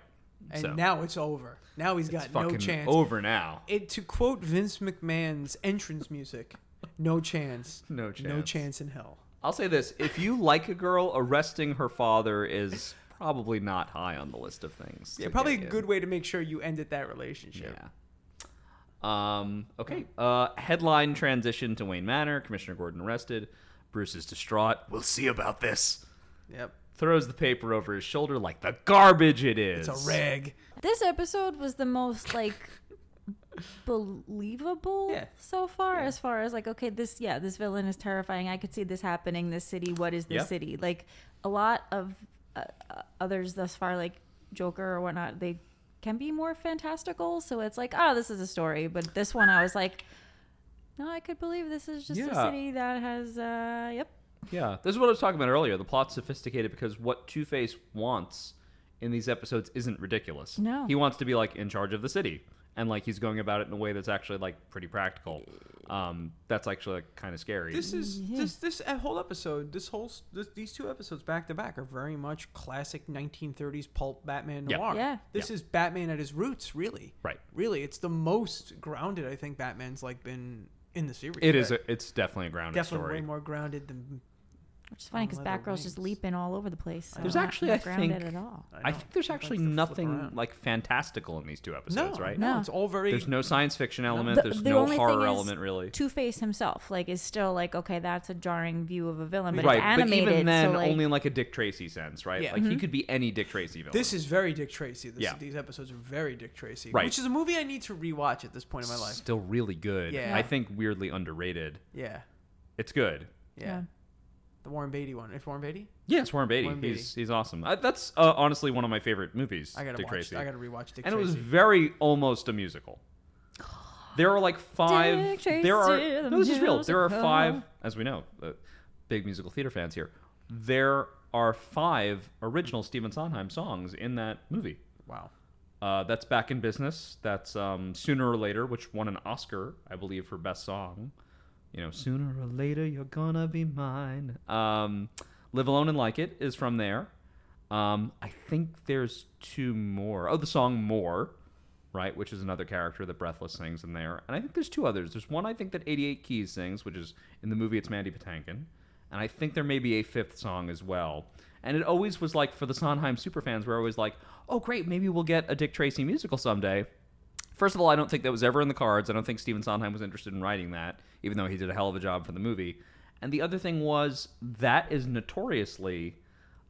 Speaker 2: and
Speaker 1: so
Speaker 2: now it's over. Now he's
Speaker 1: it's
Speaker 2: got
Speaker 1: fucking
Speaker 2: no chance.
Speaker 1: over now.
Speaker 2: It, to quote Vince McMahon's entrance music, no chance,
Speaker 1: No
Speaker 2: no
Speaker 1: chance.
Speaker 2: chance in hell.
Speaker 1: I'll say this: if you like a girl, arresting her father is probably not high on the list of things.
Speaker 2: Yeah,
Speaker 1: to
Speaker 2: probably a
Speaker 1: get in.
Speaker 2: good way to make sure you ended that relationship.
Speaker 1: Yeah. Um, okay. Uh, headline transition to Wayne Manor. Commissioner Gordon arrested. Bruce is distraught. We'll see about this.
Speaker 2: Yep,
Speaker 1: Throws the paper over his shoulder like the garbage it is.
Speaker 2: it's a rag.
Speaker 3: This episode was the most like believable
Speaker 2: Yeah.
Speaker 3: so far as far as like okay this yeah this villain is terrifying I could see this happening this city what is this
Speaker 1: Yeah.
Speaker 3: city like a lot of uh, uh, others thus far like Joker or whatnot they can be more fantastical so it's like oh this is a story but this one I was like no I could believe this is just a
Speaker 1: Yeah.
Speaker 3: city that has uh yep
Speaker 1: Yeah. This is what I was talking about earlier. The plot's sophisticated because what Two Face wants in these episodes isn't ridiculous.
Speaker 3: No.
Speaker 1: He wants to be like in charge of the city. And like he's going about it in a way that's actually like pretty practical. Um, that's actually like, kind of scary.
Speaker 2: This is this this uh, whole episode, this whole s- this, these two episodes back to back are very much classic 1930s pulp Batman
Speaker 1: Yeah.
Speaker 2: noir.
Speaker 3: Yeah.
Speaker 2: This
Speaker 1: Yeah.
Speaker 2: is Batman at his roots, really.
Speaker 1: Right.
Speaker 2: Really, it's the most grounded I think Batman's like been in the series.
Speaker 1: it is. A, it's definitely a grounded
Speaker 2: definitely
Speaker 1: story.
Speaker 2: way more grounded than
Speaker 3: which is funny because
Speaker 2: On leather
Speaker 3: Batgirl's just
Speaker 2: wings.
Speaker 3: leaping all over the place so
Speaker 1: There's
Speaker 3: not-
Speaker 1: actually,
Speaker 3: not
Speaker 1: I
Speaker 3: grounded
Speaker 1: think-
Speaker 3: at all
Speaker 1: I,
Speaker 2: know.
Speaker 1: think there's
Speaker 2: He likes
Speaker 1: actually
Speaker 2: to flip
Speaker 1: nothing
Speaker 2: around.
Speaker 1: like fantastical in these two episodes,
Speaker 2: no,
Speaker 1: right?
Speaker 2: No,
Speaker 3: No.
Speaker 2: it's all very
Speaker 1: There's no science fiction element.
Speaker 3: The-
Speaker 1: there's
Speaker 3: the
Speaker 1: no
Speaker 3: only thing
Speaker 1: horror
Speaker 3: is
Speaker 1: element, really.
Speaker 3: Two Face himself, like, is still like, okay, that's a jarring view of a villain, but
Speaker 1: right,
Speaker 3: it's animated.
Speaker 1: but even then,
Speaker 3: so like, Mm-hmm.
Speaker 1: only in like a Dick Tracy sense, right?
Speaker 2: Yeah.
Speaker 1: Like he could be any Dick Tracy villain.
Speaker 2: This is very Dick Tracy. This,
Speaker 1: Yeah.
Speaker 2: These episodes are very Dick Tracy.
Speaker 1: Right.
Speaker 2: Which is a movie I need to rewatch at this point in my life.
Speaker 1: still really good.
Speaker 2: Yeah.
Speaker 1: I think weirdly underrated.
Speaker 2: Yeah.
Speaker 1: It's good.
Speaker 2: Yeah. The Warren Beatty one. If Warren Beatty?
Speaker 1: Yeah, it's Warren Beatty.
Speaker 2: Warren Beatty.
Speaker 1: He's he's awesome. I, that's uh, honestly one of my favorite movies.
Speaker 2: I gotta
Speaker 1: Dick
Speaker 2: watch
Speaker 1: Tracy.
Speaker 2: I gotta rewatch Dick
Speaker 1: and
Speaker 2: Tracy.
Speaker 1: it was very almost a musical. There are like five.
Speaker 3: Dick
Speaker 1: there are
Speaker 3: Tracy, the
Speaker 1: no, this is real. There are
Speaker 3: musical.
Speaker 1: five, as we know, uh, big musical theater fans here. There are five original Stephen Sondheim songs in that movie.
Speaker 2: wow.
Speaker 1: Uh, that's back in business. That's um, sooner or later, which won an Oscar, I believe, for best song. You know, sooner or later you're gonna be mine. Um, Live alone and like it is from there. Um, I think there's two more. Oh, the song more, right, which is another character that Breathless sings in there. And I think there's two others. There's one I think that 88 Keys sings, which is in the movie it's Mandy Patinkin. And I think there may be a fifth song as well. And it always was like for the Sondheim superfans, we're always like, oh great, maybe we'll get a Dick Tracy musical someday. First of all, I don't think that was ever in the cards. I don't think Stephen Sondheim was interested in writing that, even though he did a hell of a job for the movie. And the other thing was that is notoriously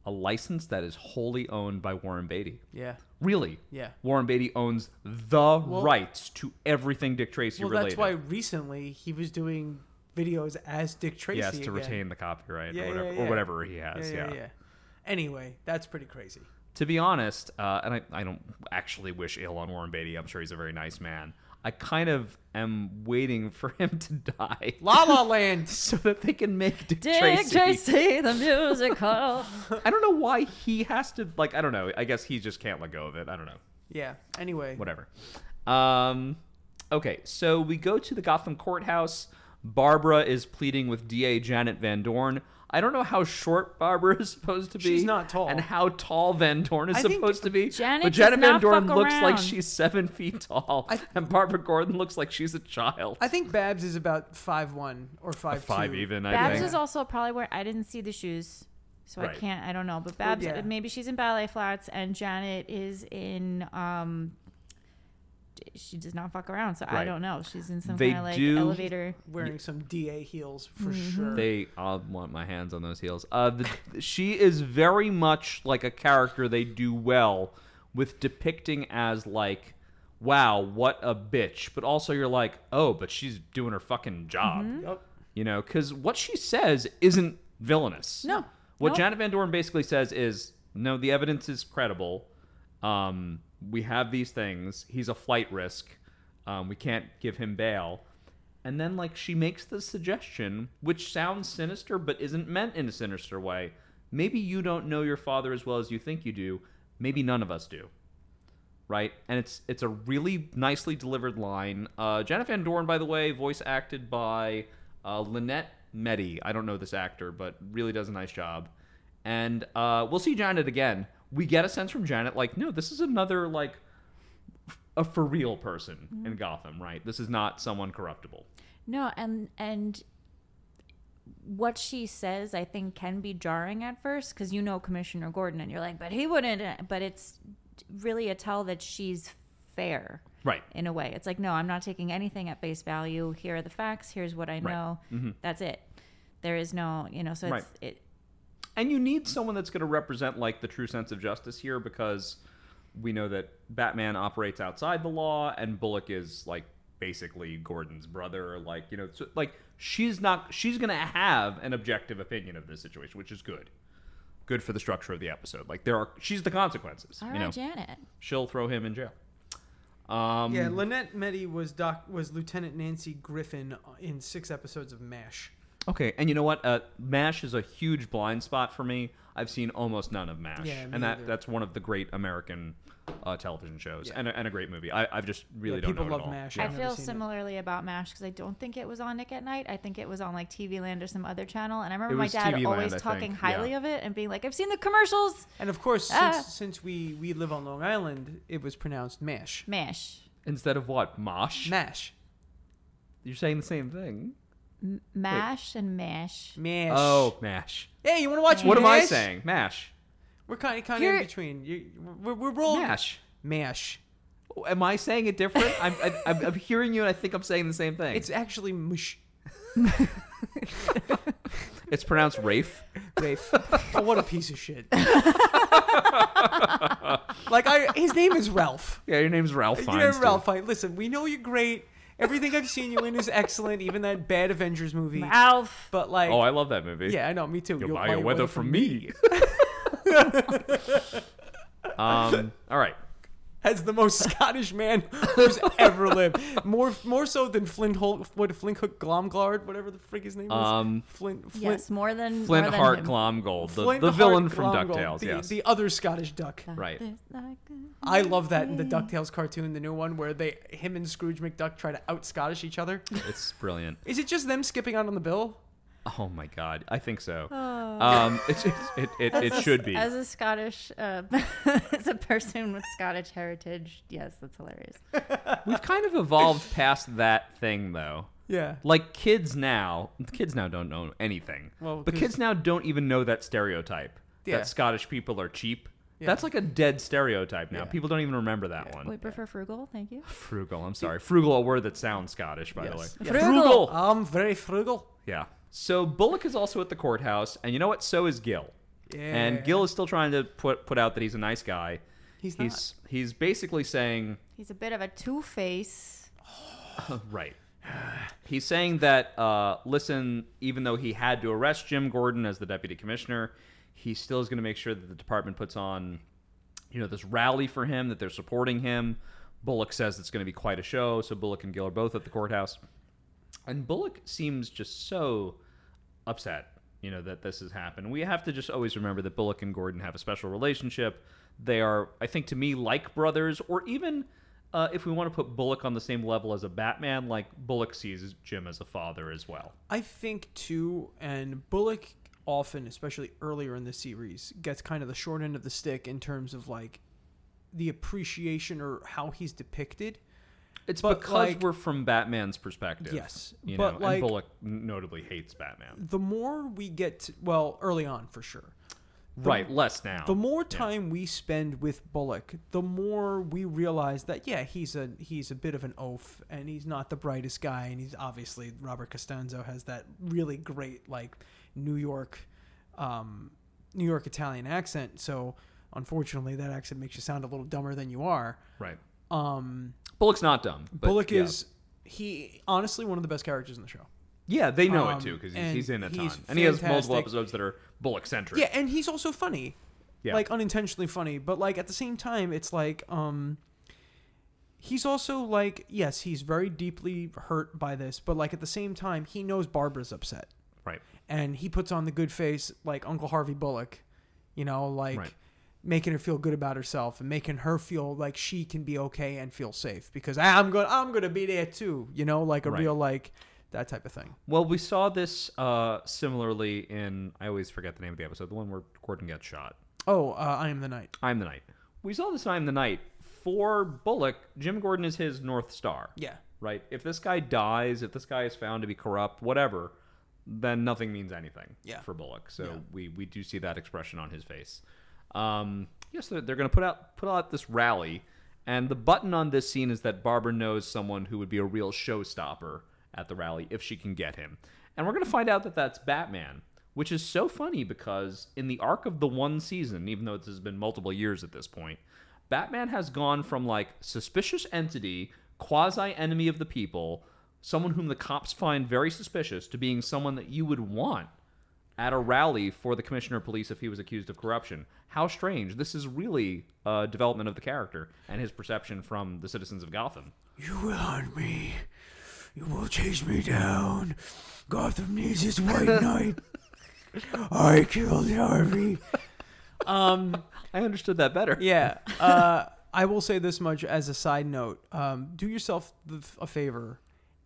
Speaker 1: a license that is wholly owned by Warren Beatty.
Speaker 2: Yeah.
Speaker 1: Really?
Speaker 2: Yeah.
Speaker 1: Warren Beatty owns the rights to everything Dick Tracy
Speaker 2: Well,
Speaker 1: related.
Speaker 2: that's why recently he was doing videos as Dick Tracy.
Speaker 1: yes, to
Speaker 2: again.
Speaker 1: retain the copyright
Speaker 2: Yeah,
Speaker 1: or
Speaker 2: yeah,
Speaker 1: whatever
Speaker 2: yeah.
Speaker 1: or whatever he
Speaker 2: Yeah,
Speaker 1: has.
Speaker 2: yeah, yeah. Anyway, that's pretty crazy.
Speaker 1: to be honest, uh, and I, I don't actually wish ill on Warren Beatty. I'm sure he's a very nice man. I kind of am waiting for him to die
Speaker 2: La La Land.
Speaker 1: so that they can make Dick,
Speaker 3: Dick Tracy.
Speaker 1: Tracy.
Speaker 3: the musical.
Speaker 1: I don't know why he has to. Like, I don't know. I guess he just can't let go of it. I don't know.
Speaker 2: yeah. Anyway.
Speaker 1: Whatever. Um, okay, so we go to the Gotham courthouse. Barbara is pleading with DA Janet Van Dorn. I don't know how short Barbara is supposed to be.
Speaker 2: She's not tall.
Speaker 1: And how tall Van Dorn is
Speaker 2: I think
Speaker 1: supposed to be.
Speaker 3: Janet
Speaker 1: but
Speaker 3: does
Speaker 1: Janet Van
Speaker 3: not
Speaker 1: Dorn
Speaker 3: fuck
Speaker 1: looks like
Speaker 3: around.
Speaker 1: she's seven feet tall.
Speaker 2: I-
Speaker 1: and Barbara Gordon looks like she's a child.
Speaker 2: I think Babs is about five one or five
Speaker 1: Five even, I
Speaker 3: Babs
Speaker 1: think.
Speaker 3: is also probably where I didn't see the shoes, so
Speaker 1: Right.
Speaker 3: I can't. I don't know, but Babs
Speaker 2: yeah.
Speaker 3: maybe she's in ballet flats, and Janet is in. um She does not fuck around, so
Speaker 1: Right.
Speaker 3: I don't know. She's in some
Speaker 1: They
Speaker 3: kind of like
Speaker 1: do-
Speaker 3: elevator.
Speaker 2: Wearing some DA heels for sure.
Speaker 1: They, I want my hands on those heels. Uh, the, she is very much like a character they do well with depicting as like, wow, what a bitch. But also you're like, oh, but she's doing her fucking job.
Speaker 2: Yup.
Speaker 1: You know, because what she says isn't villainous.
Speaker 3: No.
Speaker 1: What
Speaker 3: Nope.
Speaker 1: Janet Van Dorn basically says is, no, the evidence is credible. Um, we have these things. He's a flight risk. Um, we can't give him bail. And then, like, she makes the suggestion, which sounds sinister but isn't meant in a sinister way. Maybe you don't know your father as well as you think you do. Maybe none of us do right? And it's it's a really nicely delivered line. Uh, Janet Van Dorn, by the way, voice acted by uh, Lynette Meddy. I don't know this actor, but really does a nice job. And uh, we'll see Janet again. We get a sense from Janet, like, no, this is another like a for real person in Gotham, right? This is not someone corruptible.
Speaker 3: No, and and what she says, I think, can be jarring at first because you know Commissioner Gordon, and you're like, but he wouldn't. But it's really a tell that she's fair
Speaker 1: Right.
Speaker 3: in a way. It's like, no, I'm not taking anything at face value. Here are the facts. Here's what I know. That's it. There is no, you know. So
Speaker 1: Mm-hmm.
Speaker 3: it's
Speaker 1: Right.
Speaker 3: it.
Speaker 1: And you need someone that's going to represent like the true sense of justice here because we know that Batman operates outside the law and Bullock is like basically Gordon's brother like you know so, like she's not she's going to have an objective opinion of this situation which is good. Good for the structure of the episode. Like there are she's the consequences,
Speaker 3: All right,
Speaker 1: you know.
Speaker 3: Janet.
Speaker 1: She'll throw him in jail. Um
Speaker 2: Yeah, Lynette Meddy was doc was Lieutenant Nancy Griffin in six episodes of MASH.
Speaker 1: Okay, and you know what? Uh, Mash is a huge blind spot for me. I've seen almost none of Mash,
Speaker 2: Yeah, me
Speaker 1: and that,
Speaker 2: either.
Speaker 1: that's one of the great American uh, television shows,
Speaker 2: Yeah.
Speaker 1: and, a, and a great movie. I, I've just really
Speaker 2: Yeah,
Speaker 1: don't
Speaker 2: people
Speaker 1: know it at
Speaker 2: love
Speaker 1: all.
Speaker 2: MASH.
Speaker 1: Yeah.
Speaker 3: I
Speaker 2: I've never
Speaker 3: feel
Speaker 2: seen it.
Speaker 3: similarly about MASH because I don't think it was on Nick at Night. I think it was on like TV Land or some other channel. And I remember
Speaker 1: It
Speaker 3: my
Speaker 1: was
Speaker 3: dad
Speaker 1: TV Land,
Speaker 3: always
Speaker 1: I think,
Speaker 3: talking
Speaker 1: yeah.
Speaker 3: highly of it and being like, I've seen the commercials.
Speaker 2: And of course,
Speaker 3: Ah.
Speaker 2: since, since we, we live on Long Island, it was pronounced MASH.
Speaker 3: MASH.
Speaker 1: Instead of what Mosh,
Speaker 2: MASH.
Speaker 1: you're saying the same thing.
Speaker 3: M- MASH and MASH.
Speaker 2: MASH.
Speaker 1: Oh, Mash.
Speaker 2: Hey, you want to watch
Speaker 1: What am I
Speaker 2: MASH?
Speaker 1: saying? Mash.
Speaker 2: We're kind of, kind of in
Speaker 3: You're-
Speaker 2: between. You, we're, we're rolling.
Speaker 1: Mash.
Speaker 2: MASH.
Speaker 1: Oh, Am I saying it different? I'm, I, I'm, I'm hearing you, and I think I'm saying the same thing.
Speaker 2: It's actually mush.
Speaker 1: it's pronounced Rafe.
Speaker 2: Rafe. oh, what a piece of shit. like, I, his name is Ralph.
Speaker 1: Yeah, your name's Ralph. Fiennes,
Speaker 2: You're
Speaker 1: dude.
Speaker 2: Ralph. Fiennes. Listen, we know you're great. Everything I've seen you in is excellent, even that bad Avengers
Speaker 3: Ah.
Speaker 2: movie.
Speaker 3: Alf.
Speaker 2: But, like,
Speaker 1: Oh, I love that movie.
Speaker 2: yeah, I know, me too.
Speaker 1: You'll
Speaker 2: You'll
Speaker 1: buy your weather from me. um, all right.
Speaker 2: As the most Scottish man who's ever lived. More more so than Flint Hol- what, Flint Hook Glomglard, whatever the frick his name is.
Speaker 1: Um,
Speaker 2: Flint, Flint,
Speaker 3: Yes, more than
Speaker 1: Flint
Speaker 3: more than
Speaker 1: Hart
Speaker 3: him.
Speaker 1: Glomgold, the,
Speaker 2: Flint
Speaker 1: the
Speaker 2: Hart
Speaker 1: villain from
Speaker 2: Glomgold,
Speaker 1: DuckTales.
Speaker 2: The, uh,
Speaker 1: yes.
Speaker 2: the other Scottish duck.
Speaker 1: right.
Speaker 2: I love that in the DuckTales cartoon, the new one, where they him and Scrooge McDuck try to out Scottish each other.
Speaker 1: It's brilliant.
Speaker 2: Is it just them skipping out on the bill?
Speaker 1: Oh my god. I think so.
Speaker 2: Oh.
Speaker 3: Oh.
Speaker 1: Um, it's, it's, it, it, it should be.
Speaker 3: As a Scottish, uh, as a person with Scottish heritage, yes, that's hilarious.
Speaker 1: We've kind of evolved past that thing though.
Speaker 2: Yeah.
Speaker 1: Like kids now, kids now don't know anything.
Speaker 2: Well,
Speaker 1: but
Speaker 2: 'cause-
Speaker 1: kids now don't even know that stereotype
Speaker 2: Yeah.
Speaker 1: that Scottish people are cheap.
Speaker 2: Yeah.
Speaker 1: That's like a dead stereotype now.
Speaker 2: Yeah.
Speaker 1: People don't even remember that one.
Speaker 3: We prefer frugal, thank you.
Speaker 1: Frugal. I'm sorry. Frugal, a word that sounds Scottish, by the way.
Speaker 2: Yes.
Speaker 3: Frugal.
Speaker 2: I'm very frugal.
Speaker 1: Yeah. So Bullock is also at the courthouse, and you know what? So is Gil.
Speaker 2: Yeah.
Speaker 1: And Gil is still trying to put put out that he's a nice guy.
Speaker 2: He's not.
Speaker 1: he's he's basically saying
Speaker 3: He's a bit of a two face.
Speaker 1: right. He's saying that uh, listen, even though he had to arrest Jim Gordon as the deputy commissioner, he still is going to make sure that the department puts on, you know, this rally for him that they're supporting him. Bullock says it's going to be quite a show, so Bullock and Gill are both at the courthouse, and Bullock seems just so upset, you know, that this has happened. We have to just always remember that Bullock and Gordon have a special relationship. They are, I think, to me, like brothers, or even uh, if we want to put Bullock on the same level as a Batman, like Bullock sees Jim as a father as well.
Speaker 2: I think too, and Bullock often, especially earlier in the series, gets kind of the short end of the stick in terms of like the appreciation or how he's depicted.
Speaker 1: It's
Speaker 2: But,
Speaker 1: because
Speaker 2: like-
Speaker 1: we're from Batman's perspective.
Speaker 2: Yes,
Speaker 1: You
Speaker 2: but,
Speaker 1: know,
Speaker 2: like-
Speaker 1: and Bullock n- notably hates Batman.
Speaker 2: The more we get, to, well, early on for sure.
Speaker 1: right, less now.
Speaker 2: The more time we spend with Bullock, the more we realize that yeah, he's a he's a bit of an oaf, and he's not the brightest guy, and he's obviously Robert Costanzo has that really great like New York, um, New York Italian accent. So unfortunately, that accent makes you sound a little dumber than you are.
Speaker 1: Right.
Speaker 2: Um,
Speaker 1: Bullock's not dumb. but
Speaker 2: Bullock
Speaker 1: yeah.
Speaker 2: is he honestly one of the best characters in the show.
Speaker 1: Yeah, they know
Speaker 2: um,
Speaker 1: it too because
Speaker 2: and
Speaker 1: he's, he's in a ton.
Speaker 2: he's
Speaker 1: And he has multiple
Speaker 2: fantastic.
Speaker 1: episodes that are Bullock centric.
Speaker 2: Yeah, and he's also funny.
Speaker 1: Yeah.
Speaker 2: Like unintentionally funny, but like at the same time it's like um he's also like yes, he's very deeply hurt by this, but like at the same time he knows Barbara's upset
Speaker 1: Right.
Speaker 2: and he puts on the good face like Uncle Harvey Bullock, you know, like
Speaker 1: Right.
Speaker 2: making her feel good about herself and making her feel like she can be okay and feel safe because "Ah, I'm going to I'm going to be there too, you know, like a
Speaker 1: Right.
Speaker 2: real like that type of thing.
Speaker 1: Well, we saw this uh, similarly in I always forget the name of the episode, the one where Gordon got shot.
Speaker 2: Oh, uh, I am the knight.
Speaker 1: I'm the Knight. We saw this in I'm the Knight. For Bullock, Jim Gordon is his North Star.
Speaker 2: Yeah.
Speaker 1: Right? If this guy dies, if this guy is found to be corrupt, whatever, then nothing means anything
Speaker 2: Yeah.
Speaker 1: for Bullock. So we, we do see that expression on his face. Um, yes, they're, they're going to put out put out this rally, and the button on this scene is that Barbara knows someone who would be a real showstopper at the rally if she can get him, and we're going to find out that that's Batman, which is so funny because in the arc of the one season, even though this has been multiple years at this point, Batman has gone from like suspicious entity, quasi enemy of the people, someone whom the cops find very suspicious, to being someone that you would want at a rally for the commissioner of police if he was accused of corruption. How strange. This is really a development of the character and his perception from the citizens of Gotham.
Speaker 4: You will hunt me. You will chase me down. Gotham needs its white knight. I killed Harvey.
Speaker 2: Um,
Speaker 1: I understood that better.
Speaker 2: yeah. Uh, I will say this much as a side note: um, do yourself the, a favor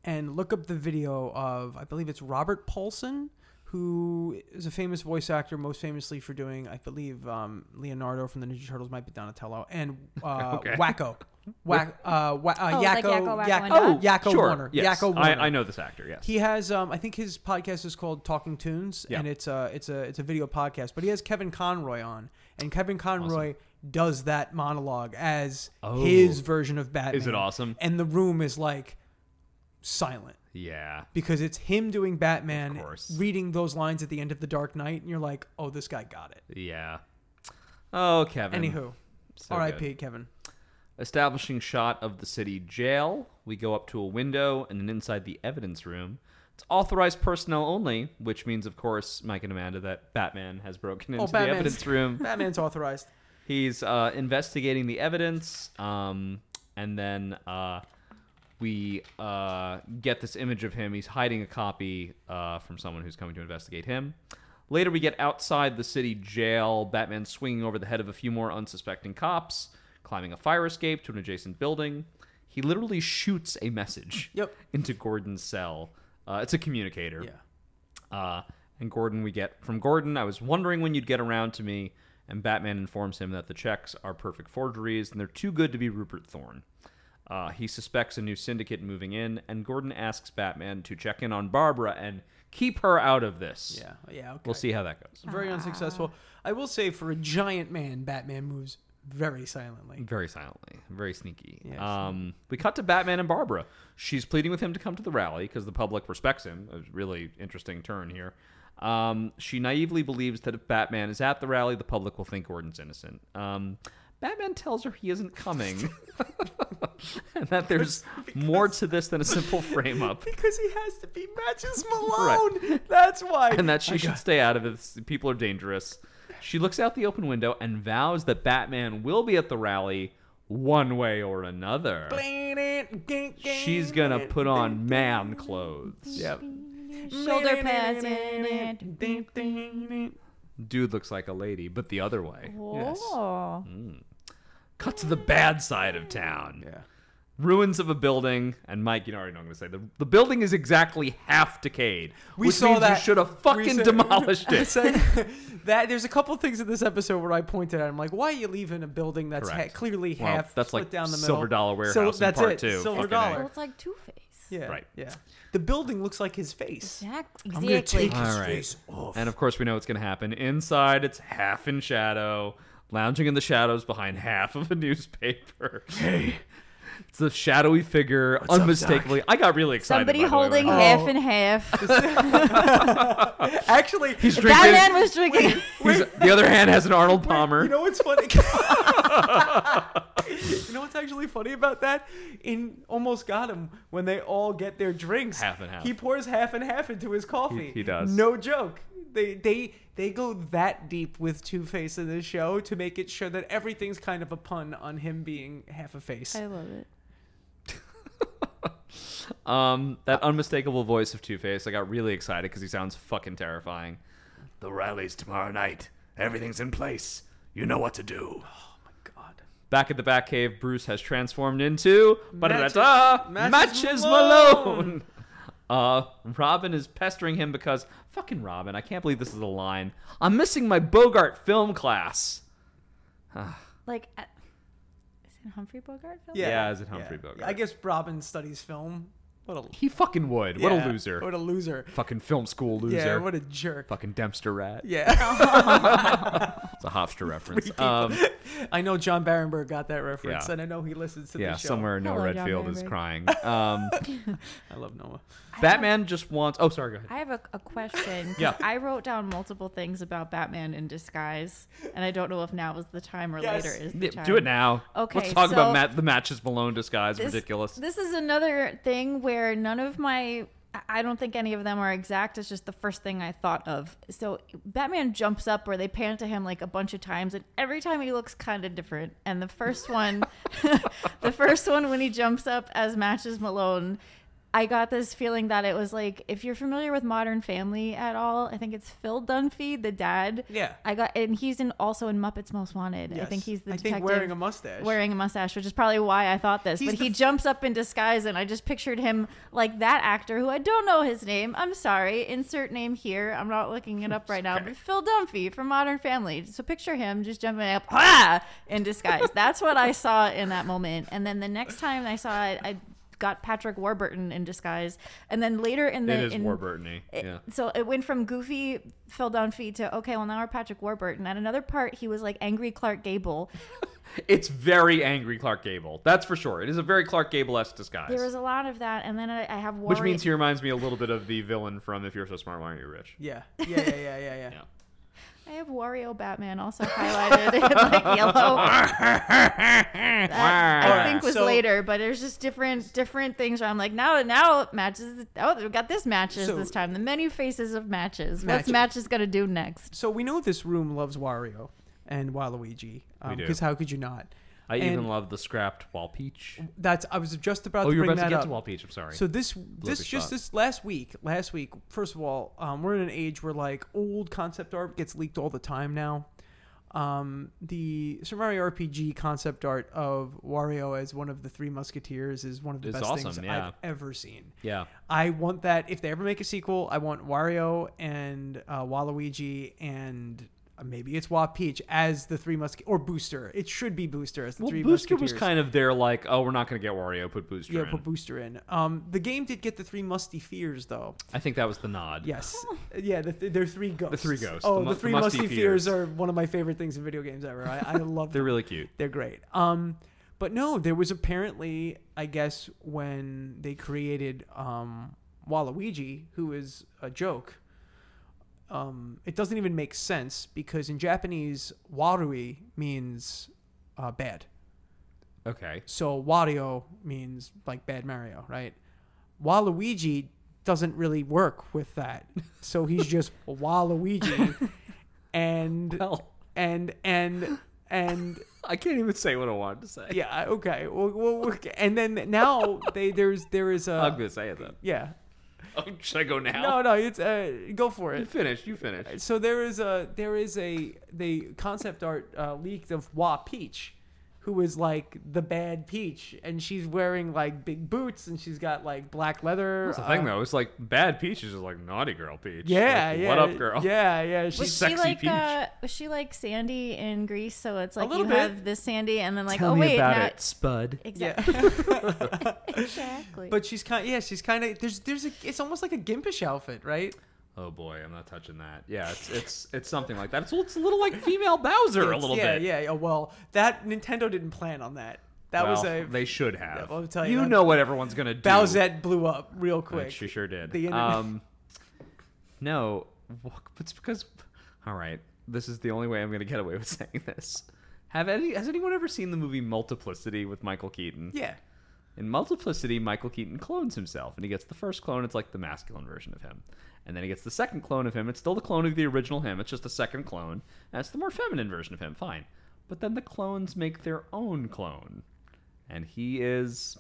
Speaker 2: and look up the video of I believe it's Robert Paulson, who is a famous voice actor, most famously for doing I believe um, Leonardo from the Ninja Turtles, might be Donatello, and uh,
Speaker 1: Okay.
Speaker 2: Wacko. Whack, uh, wha- uh,
Speaker 3: Oh, like Yakko, Wacko,
Speaker 2: Yak-
Speaker 3: and
Speaker 2: oh,
Speaker 3: Dot?
Speaker 2: Yakko
Speaker 1: sure.
Speaker 2: Warner.
Speaker 1: Yes.
Speaker 2: Yakko Warner.
Speaker 1: I, I know this actor, yes.
Speaker 2: He has, um, I think his podcast is called Talking Tunes,
Speaker 1: Yeah.
Speaker 2: and it's a it's a it's a video podcast. But he has Kevin Conroy on, and Kevin Conroy does that monologue as
Speaker 1: Oh.
Speaker 2: his version of Batman.
Speaker 1: Is it awesome?
Speaker 2: And the room is like silent
Speaker 1: yeah.
Speaker 2: because it's him doing Batman,
Speaker 1: Of course.
Speaker 2: reading those lines at the end of The Dark Knight, and you're like, oh, this guy got it.
Speaker 1: Yeah. Oh, Kevin.
Speaker 2: Anywho,
Speaker 1: So
Speaker 2: R.I.P.
Speaker 1: good.
Speaker 2: Kevin.
Speaker 1: Establishing shot of the city jail. We go up to a window and then inside the evidence room. It's authorized personnel only, which means, of course, Mike and Amanda, that Batman has broken into the
Speaker 2: Oh, Batman's-
Speaker 1: evidence room.
Speaker 2: Batman's authorized.
Speaker 1: He's uh, investigating the evidence, um, and then uh, we uh, get this image of him. He's hiding a copy uh, from someone who's coming to investigate him. Later, we get outside the city jail. Batman swinging over the head of a few more unsuspecting cops, climbing a fire escape to an adjacent building. He literally shoots a message
Speaker 2: Yep.
Speaker 1: into Gordon's cell. Uh, it's a communicator.
Speaker 2: Yeah.
Speaker 1: Uh, and Gordon, we get from Gordon, I was wondering when you'd get around to me. And Batman informs him that the checks are perfect forgeries and they're too good to be Rupert Thorne. Uh, he suspects a new syndicate moving in, and Gordon asks Batman to check in on Barbara and keep her out of this.
Speaker 2: Yeah. Yeah. Okay.
Speaker 1: We'll see how that goes.
Speaker 2: Very unsuccessful. I will say, for a giant man, Batman moves very silently.
Speaker 1: Very silently, very sneaky.
Speaker 2: Yes.
Speaker 1: Um, we cut to Batman and Barbara. She's pleading with him to come to the rally because the public respects him. A really interesting turn here. Um, she naively believes that if Batman is at the rally, the public will think Gordon's innocent. Um, Batman tells her he isn't coming, and that there's more to this than a simple frame up.
Speaker 2: Because he has to be Matches Malone. That's why.
Speaker 1: and that she should stay out of it. People are dangerous. She looks out the open window and vows that Batman will be at the rally one way or another. She's gonna put on man clothes.
Speaker 2: Yep.
Speaker 3: Shoulder pads in it.
Speaker 1: Dude looks like a lady, but the other way.
Speaker 3: Oh.
Speaker 1: Cut to the bad side of town.
Speaker 2: Yeah.
Speaker 1: Ruins of a building, and Mike, you already know what I'm gonna say. The, the building is exactly half decayed.
Speaker 2: We
Speaker 1: which
Speaker 2: saw
Speaker 1: means
Speaker 2: that.
Speaker 1: You should have
Speaker 2: We
Speaker 1: fucking
Speaker 2: said-
Speaker 1: demolished
Speaker 2: I
Speaker 1: it.
Speaker 2: said that there's a couple things in this episode where I pointed at. I'm like, why are you leaving a building that's ha-
Speaker 1: Correct.
Speaker 2: clearly
Speaker 1: Well,
Speaker 2: half
Speaker 1: that's
Speaker 2: split
Speaker 1: like
Speaker 2: down the middle?
Speaker 1: Silver Dollar Warehouse
Speaker 2: Sil-
Speaker 1: in
Speaker 2: that's
Speaker 1: part
Speaker 2: it.
Speaker 1: two.
Speaker 2: Silver
Speaker 1: Fucking
Speaker 2: dollar.
Speaker 3: Well, it's like Two Face.
Speaker 2: Yeah.
Speaker 1: Right.
Speaker 2: Yeah. The building looks like his face.
Speaker 3: Exactly.
Speaker 4: I'm gonna take
Speaker 1: All
Speaker 4: his
Speaker 1: right.
Speaker 4: face off.
Speaker 1: And of course, we know what's going to happen. Inside, it's half in shadow, lounging in the shadows behind half of a newspaper.
Speaker 4: hey,
Speaker 1: It's a shadowy figure,
Speaker 4: up,
Speaker 1: unmistakably. I got really excited.
Speaker 3: Somebody
Speaker 1: by the way when
Speaker 3: holding
Speaker 1: I-
Speaker 3: half and half.
Speaker 2: Actually,
Speaker 1: He's drinking.
Speaker 3: Batman was drinking.
Speaker 1: he's- the other hand has an Arnold Palmer.
Speaker 2: You know what's funny? you know what's actually funny about that? In Almost Got Him, when they all get their drinks,
Speaker 1: Half and half.
Speaker 2: He pours half and half into his coffee.
Speaker 1: He- he does.
Speaker 2: No joke. They they they go that deep with Two Face in this show to make it sure that everything's kind of a pun on him being half a face.
Speaker 3: I love it.
Speaker 1: Um, that unmistakable voice of Two Face. I got really excited because he sounds fucking terrifying.
Speaker 4: the rally's tomorrow night. Everything's in place. You know what to do.
Speaker 2: God.
Speaker 1: Back at the Batcave, Bruce has transformed into
Speaker 2: Matches-
Speaker 1: Ba-da-da-da!
Speaker 2: Matches
Speaker 1: Matches
Speaker 2: Malone.
Speaker 1: Malone. Uh, Robin is pestering him because fucking Robin, I can't believe this is a line. I'm missing my Bogart film class.
Speaker 3: Like, at, is it Humphrey Bogart film?
Speaker 1: Yeah, is it Humphrey Bogart?
Speaker 2: I guess Robin studies film. What a
Speaker 1: He fucking would. What
Speaker 2: yeah,
Speaker 1: a loser.
Speaker 2: What a loser.
Speaker 1: fucking film school loser.
Speaker 2: Yeah, what a jerk.
Speaker 1: fucking Dempster rat.
Speaker 2: Yeah,
Speaker 1: It's a Hofstra reference. Um,
Speaker 2: I know John Barenberg got that reference,
Speaker 1: Yeah.
Speaker 2: and I know he listens to
Speaker 1: yeah,
Speaker 2: the show.
Speaker 1: somewhere Noah
Speaker 3: Hello, John
Speaker 1: Redfield is
Speaker 3: Barenberg.
Speaker 1: crying. Um,
Speaker 2: I love Noah.
Speaker 1: Batman just wants. Oh, sorry. Go ahead.
Speaker 3: I have a, a question. 'cause
Speaker 1: Yeah.
Speaker 3: I wrote down multiple things about Batman in disguise, and I don't know if now is the time or
Speaker 2: Yes.
Speaker 3: later is the
Speaker 1: Yeah,
Speaker 3: time.
Speaker 1: Do it now.
Speaker 3: Okay,
Speaker 1: Let's talk about
Speaker 3: so-
Speaker 1: Matt, the matches Malone disguise.
Speaker 3: This-
Speaker 1: Ridiculous.
Speaker 3: This is another thing where none of my. I- I don't think any of them are exact. It's just the first thing I thought of. So Batman jumps up, or they pan to him like a bunch of times, and every time he looks kind of different. And the first one, the first one when he jumps up as Matches Malone, I got this feeling that it was like if you're familiar with Modern Family at all, I think it's Phil Dunphy, the dad.
Speaker 2: Yeah.
Speaker 3: I got, and he's in also in Muppets Most Wanted. I
Speaker 2: Yes.
Speaker 3: think he's the
Speaker 2: I
Speaker 3: detective
Speaker 2: think wearing a mustache.
Speaker 3: wearing a mustache, which is probably why I thought this.
Speaker 2: He's
Speaker 3: but
Speaker 2: the
Speaker 3: he
Speaker 2: f-
Speaker 3: jumps up in disguise, and I just pictured him like that actor who I don't know his name. I'm sorry. Insert name here. I'm not looking it up right now. But Phil Dunphy from Modern Family. So picture him just jumping up ah, in disguise. That's what I saw in that moment. And then the next time I saw it, I got Patrick Warburton in disguise. And then later in the
Speaker 1: it is
Speaker 3: in,
Speaker 1: Warburton-y.
Speaker 3: it-
Speaker 1: yeah.
Speaker 3: So it went from goofy Phil Dunphy to okay, well now we're Patrick Warburton. At another part, he was like angry Clark Gable,
Speaker 1: It's very angry Clark Gable. That's for sure. It is a very Clark Gable-esque disguise.
Speaker 3: There was a lot of that, and then I, I have worry.
Speaker 1: which means he reminds me a little bit of the villain from If You're So Smart, Why Aren't You Rich?
Speaker 2: Yeah, yeah, yeah, yeah, yeah, yeah.
Speaker 1: Yeah.
Speaker 3: I have Wario Batman also highlighted in like yellow. That, I think was
Speaker 2: So-
Speaker 3: later, but there's just different different things where I'm like, now now it matches. Oh, we got this matches
Speaker 2: So-
Speaker 3: this time. The many faces of matches. What's
Speaker 2: Matches.
Speaker 3: matches gonna do next?
Speaker 2: So we know this room loves Wario and Waluigi,
Speaker 1: We do.
Speaker 2: because how could you not?
Speaker 1: I
Speaker 2: And
Speaker 1: even love the scrapped Wall Peach.
Speaker 2: That's I was just about
Speaker 1: Oh,
Speaker 2: to
Speaker 1: you're
Speaker 2: bring
Speaker 1: about
Speaker 2: that
Speaker 1: to get
Speaker 2: up.
Speaker 1: to Wall Peach. I'm sorry.
Speaker 2: So this this
Speaker 1: a
Speaker 2: just
Speaker 1: shot.
Speaker 2: this last week, last week. First of all, um, we're in an age where like old concept art gets leaked all the time now. Um, the Super Mario RPG concept art of Wario as one of the three Musketeers is one of the
Speaker 1: It's
Speaker 2: best
Speaker 1: awesome,
Speaker 2: things
Speaker 1: yeah.
Speaker 2: I've ever seen.
Speaker 1: yeah.
Speaker 2: I want that if they ever make a sequel. I want Wario and uh, Waluigi and uh, maybe it's Wa Peach as the three musketeers or Booster. It should be Booster as the
Speaker 1: Well,
Speaker 2: three
Speaker 1: Booster
Speaker 2: musketeers.
Speaker 1: was kind of there, like, oh, we're not going to get Wario. Put Booster
Speaker 2: yeah,
Speaker 1: in.
Speaker 2: put Booster in. Um, the game did get the three musty fears though.
Speaker 1: I think that was the nod.
Speaker 2: Yes, yeah, the th- they're three ghosts.
Speaker 1: three ghosts,
Speaker 2: Oh,
Speaker 1: the
Speaker 2: the,
Speaker 1: mu- the
Speaker 2: three
Speaker 1: musty
Speaker 2: musty, fears.
Speaker 1: fears.
Speaker 2: are one of my favorite things in video games ever. I, I love
Speaker 1: They're really cute.
Speaker 2: they're great. Um, but no, there was apparently, I guess, when they created um, Waluigi, who is a joke. Um, it doesn't even make sense because in Japanese, Warui means uh, bad.
Speaker 1: Okay.
Speaker 2: So Wario means like bad Mario, right? Waluigi doesn't really work with that. So he's just Waluigi, and
Speaker 1: Well,
Speaker 2: and and and
Speaker 1: I can't even say what I wanted to say.
Speaker 2: yeah. I- Okay. Well, well, we're- and then now they there's there is
Speaker 1: I'm
Speaker 2: a
Speaker 1: going to say it then.
Speaker 2: yeah.
Speaker 1: Oh, should I go now?
Speaker 2: No, no. It's uh, go for
Speaker 1: You
Speaker 2: it.
Speaker 1: finish. You finish.
Speaker 2: So there is a there is a the concept art uh, leaked of Wa Peach, who is like the bad Peach, and she's wearing like big boots and she's got like black leather.
Speaker 1: That's the thing,
Speaker 2: uh,
Speaker 1: though. It's like bad Peach is just like naughty girl Peach.
Speaker 2: Yeah,
Speaker 1: Like,
Speaker 2: yeah.
Speaker 1: What up, girl?
Speaker 2: Yeah, yeah. She's
Speaker 3: Was
Speaker 1: sexy
Speaker 3: she like
Speaker 1: peach.
Speaker 3: uh, was she like Sandy in Greece? So it's like you
Speaker 2: little bit.
Speaker 3: have this Sandy, and then like oh wait, now-
Speaker 1: Spud.
Speaker 3: exactly,
Speaker 2: yeah.
Speaker 3: exactly.
Speaker 2: but she's kind. Yeah, she's kind of. There's there's a. It's almost like a gimpish outfit, right?
Speaker 1: Oh boy, I'm not touching that. Yeah, it's it's it's something like that. It's, it's a little like female Bowser a
Speaker 2: It's-
Speaker 1: little
Speaker 2: yeah,
Speaker 1: bit.
Speaker 2: Yeah, yeah. Well, that Nintendo didn't plan on that. That was
Speaker 1: Well,
Speaker 2: a
Speaker 1: they should have.
Speaker 2: I'll tell you that-
Speaker 1: know what everyone's gonna do.
Speaker 2: Bowsette blew up real
Speaker 1: Like,
Speaker 2: quick.
Speaker 1: She sure did.
Speaker 2: The internet-
Speaker 1: um, no, well, it's because. All right, this is the only way I'm gonna get away with saying this. Have any has anyone ever seen the movie Multiplicity with Michael Keaton?
Speaker 2: yeah.
Speaker 1: In Multiplicity, Michael Keaton clones himself, and he gets the first clone, it's like the masculine version of him. And then he gets the second clone of him, it's still the clone of the original him, it's just a second clone, and it's the more feminine version of him, fine. But then the clones make their own clone, and he is.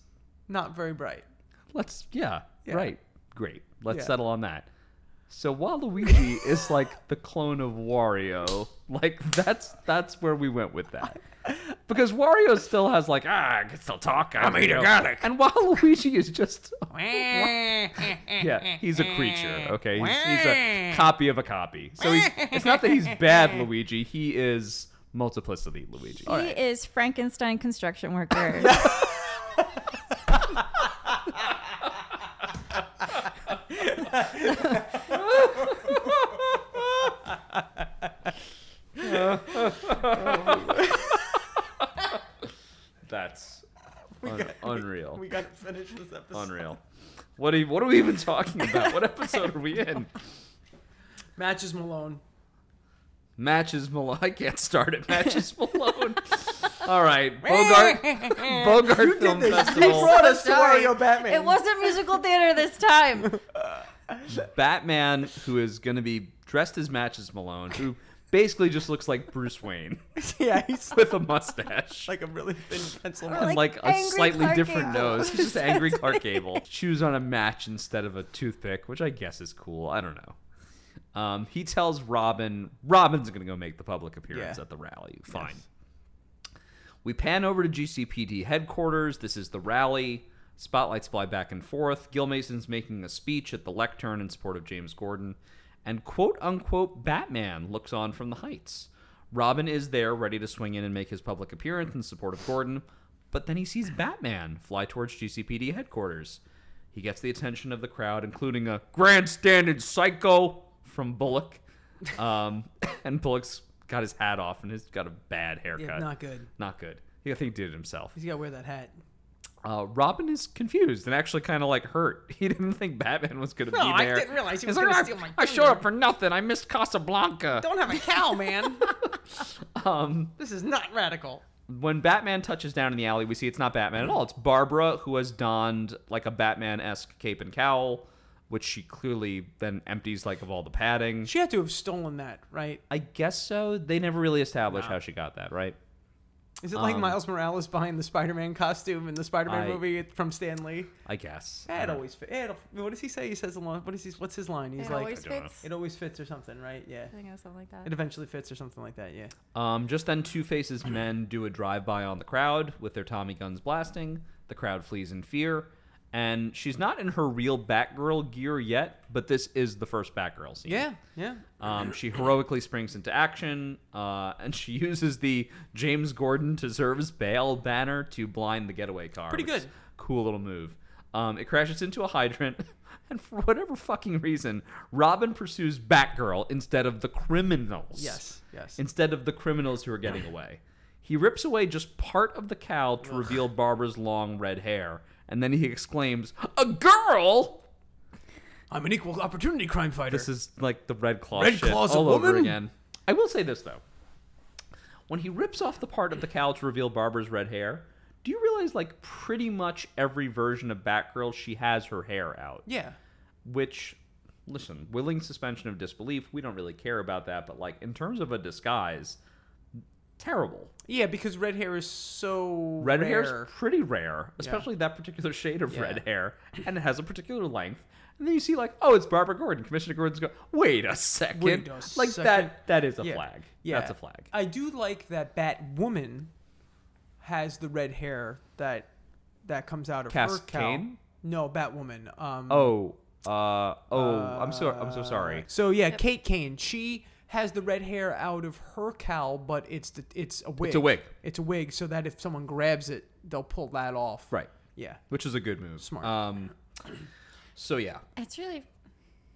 Speaker 2: Not very bright.
Speaker 1: Let's. Yeah,
Speaker 2: Yeah.
Speaker 1: right. Great. Let's
Speaker 2: Yeah.
Speaker 1: settle on that. So Waluigi is like the clone of Wario. Like that's that's where we went with that. because Wario still has like ah, I can still talk. I'm
Speaker 4: eating garlic.
Speaker 1: And Waluigi is just Eh, yeah, he's a creature. Okay, he's, he's a copy of a copy. So he's it's not that he's bad Luigi. He is multiplicity Luigi.
Speaker 3: He is Frankenstein construction worker.
Speaker 1: That's un- unreal.
Speaker 2: gotta finish this episode.
Speaker 1: unreal. What are you, what are we even talking about? What episode are we in?
Speaker 2: Matches Malone.
Speaker 1: Matches Malone. I can't start it. Matches Malone. All right, Bogart. Bogart Film Festival.
Speaker 2: brought us to
Speaker 3: Sorry.
Speaker 2: Wario Batman.
Speaker 3: it wasn't musical theater this time.
Speaker 1: Batman, who is going to be dressed as Matches Malone, who basically just looks like Bruce Wayne
Speaker 2: yeah, he's
Speaker 1: with a mustache.
Speaker 2: like a really thin pencil.
Speaker 3: Or
Speaker 2: man.
Speaker 1: and
Speaker 3: like
Speaker 1: like, a
Speaker 3: angry
Speaker 1: slightly
Speaker 3: Clark
Speaker 1: different
Speaker 3: Gable.
Speaker 1: nose. He's just angry Clark Gable. Chews on a match instead of a toothpick, which I guess is cool. I don't know. Um, he tells Robin, Robin's going to go make the public appearance
Speaker 2: Yeah.
Speaker 1: at the rally. Fine. We pan over to GCPD headquarters. This is the rally. Spotlights fly back and forth. Gil Mason's making a speech at the lectern in support of James Gordon. And quote unquote Batman looks on from the heights. Robin is there, ready to swing in and make his public appearance in support of Gordon. But then he sees Batman fly towards GCPD headquarters. He gets the attention of the crowd, including a grandstanding psycho from Bullock. Um, and Bullock's got his hat off and he's got a bad haircut.
Speaker 2: yeah, not good.
Speaker 1: Not good. I think he did it himself.
Speaker 2: He's gotta wear that hat.
Speaker 1: Uh, Robin is confused and actually kind of like hurt. He didn't think Batman was going to be
Speaker 2: I
Speaker 1: there.
Speaker 2: didn't realize he
Speaker 1: He's
Speaker 2: was gonna
Speaker 1: "I-
Speaker 2: steal my
Speaker 1: I showed up for nothing. I missed Casablanca.
Speaker 2: Don't have a cow, man.
Speaker 1: Um,
Speaker 2: this is not radical.
Speaker 1: when Batman touches down in the alley, we see it's not Batman at all. It's Barbara who has donned like a Batman esque cape and cowl, which she clearly then empties like of all the padding.
Speaker 2: She had to have stolen that, right?
Speaker 1: I guess so. They never really established how she got that, right?
Speaker 2: Is it like Miles Morales behind the Spider-Man costume in the Spider-Man
Speaker 1: Um, I-
Speaker 2: movie from Stan Lee?
Speaker 1: I guess. I
Speaker 2: That
Speaker 1: don't-
Speaker 2: always fit. Eh, It'll, what does he say? He says a lot. What is he? What's his line? He's
Speaker 3: it
Speaker 2: like,
Speaker 3: always
Speaker 1: I don't know.
Speaker 3: fits.
Speaker 2: "It always fits" or something, right? Yeah.
Speaker 3: I think it was something like that.
Speaker 2: It eventually fits or something like that. Yeah.
Speaker 1: Um, just then, Two Face's men do a drive by on the crowd with their Tommy guns blasting. The crowd flees in fear. And she's not in her real Batgirl gear yet, but this is the first Batgirl scene.
Speaker 2: Yeah. Yeah.
Speaker 1: Um, she heroically springs into action, uh, and she uses the James Gordon deserves bail banner to blind the getaway car.
Speaker 2: Pretty
Speaker 1: which is
Speaker 2: good.
Speaker 1: a Cool little move. Um, it crashes into a hydrant, and for whatever fucking reason, Robin pursues Batgirl instead of the criminals
Speaker 2: Yes. Yes.
Speaker 1: instead of the criminals who are getting away. He rips away just part of the cowl to reveal Barbara's long red hair, and then he exclaims, "A girl!"
Speaker 2: I'm an equal opportunity crime fighter.
Speaker 1: This is like the red claw
Speaker 2: Red
Speaker 1: shit
Speaker 2: Claw's a
Speaker 1: all over
Speaker 2: woman?
Speaker 1: again. I will say this though: when he rips off the part of the cowl to reveal Barbara's red hair, do you realize like pretty much every version of Batgirl she has her hair out?
Speaker 2: yeah.
Speaker 1: which listen willing suspension of disbelief we don't really care about that but like in terms of a disguise terrible
Speaker 2: Yeah, because red hair is so
Speaker 1: red
Speaker 2: rare.
Speaker 1: hair is pretty rare especially that particular shade of
Speaker 2: Yeah.
Speaker 1: red hair and it has a particular length and then you see like oh it's barbara gordon commissioner gordon's go wait a second
Speaker 2: Wait a
Speaker 1: like
Speaker 2: second.
Speaker 1: that that is a
Speaker 2: Yeah.
Speaker 1: flag
Speaker 2: Yeah. Uh,
Speaker 1: that's a flag
Speaker 2: I do like that Batwoman has the red hair that that comes out of her
Speaker 1: Cass
Speaker 2: cowl.
Speaker 1: Kane?
Speaker 2: No, Batwoman. Um,
Speaker 1: oh uh oh i'm so i'm so sorry
Speaker 2: So yeah, Kate Kane. She has the red hair out of her cowl, but it's the, it's a wig.
Speaker 1: a wig.
Speaker 2: It's a wig, so that if someone grabs it, they'll pull that off.
Speaker 1: right
Speaker 2: Yeah.
Speaker 1: which is a good move
Speaker 2: Smart.
Speaker 1: um so yeah
Speaker 3: It's really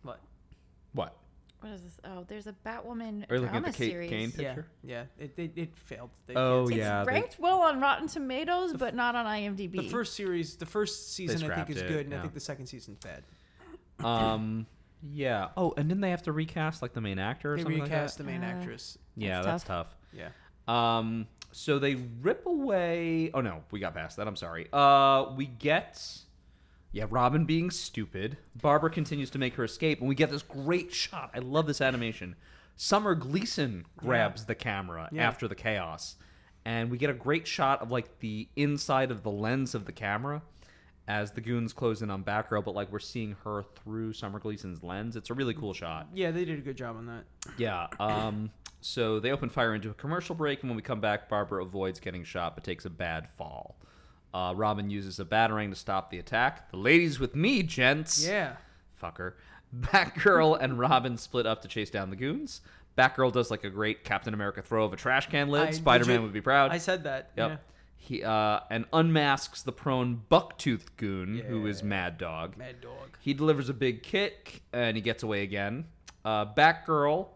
Speaker 2: But
Speaker 1: what
Speaker 3: what is this? Oh, there's a Batwoman
Speaker 1: Are you looking
Speaker 3: drama
Speaker 1: at the Kate
Speaker 3: series.
Speaker 1: Kane
Speaker 2: yeah,
Speaker 1: picture
Speaker 2: yeah. It, it, it failed. They
Speaker 1: Oh,
Speaker 2: canceled it.
Speaker 3: It's
Speaker 1: Yeah, they-
Speaker 3: ranked well on Rotten Tomatoes, but not on IMDb.
Speaker 2: The first series, the first season, I think
Speaker 1: scrapped
Speaker 2: is
Speaker 1: it,
Speaker 2: good, and
Speaker 1: yeah.
Speaker 2: I think the second season's bad.
Speaker 1: Um. Yeah. Oh, and then they have to recast like the main actor or
Speaker 2: They
Speaker 1: something
Speaker 2: recast
Speaker 1: like
Speaker 2: the main
Speaker 3: Uh,
Speaker 2: actress.
Speaker 1: that. Yeah, that's
Speaker 3: That's
Speaker 1: tough.
Speaker 2: Yeah.
Speaker 1: Um. So they rip away. Oh no, we got past that. I'm sorry. Uh, we get. Yeah, Robin being stupid. Barbara continues to make her escape, and we get this great shot. I love this animation. Summer Gleason grabs the camera
Speaker 2: Yeah.
Speaker 1: after the chaos, and we get a great shot of like the inside of the lens of the camera as the goons close in on Batgirl, but like we're seeing her through Summer Gleason's lens. It's a really cool shot.
Speaker 2: Yeah, they did a good job on that.
Speaker 1: Yeah. Um, So they open fire into a commercial break, and when we come back, Barbara avoids getting shot but takes a bad fall. Uh, Robin uses a batarang to stop the attack. The ladies with me, gents.
Speaker 2: Yeah.
Speaker 1: Fucker. Batgirl and Robin split up to chase down the goons. Batgirl does like a great Captain America throw of a trash can
Speaker 2: I-
Speaker 1: lid.
Speaker 2: did
Speaker 1: Spider Man
Speaker 2: you-
Speaker 1: would be proud.
Speaker 2: I said that.
Speaker 1: Yep.
Speaker 2: Yeah.
Speaker 1: He uh, and unmasks the prone bucktooth goon who is Mad Dog.
Speaker 2: Mad dog.
Speaker 1: He delivers a big kick and he gets away again. Uh, Batgirl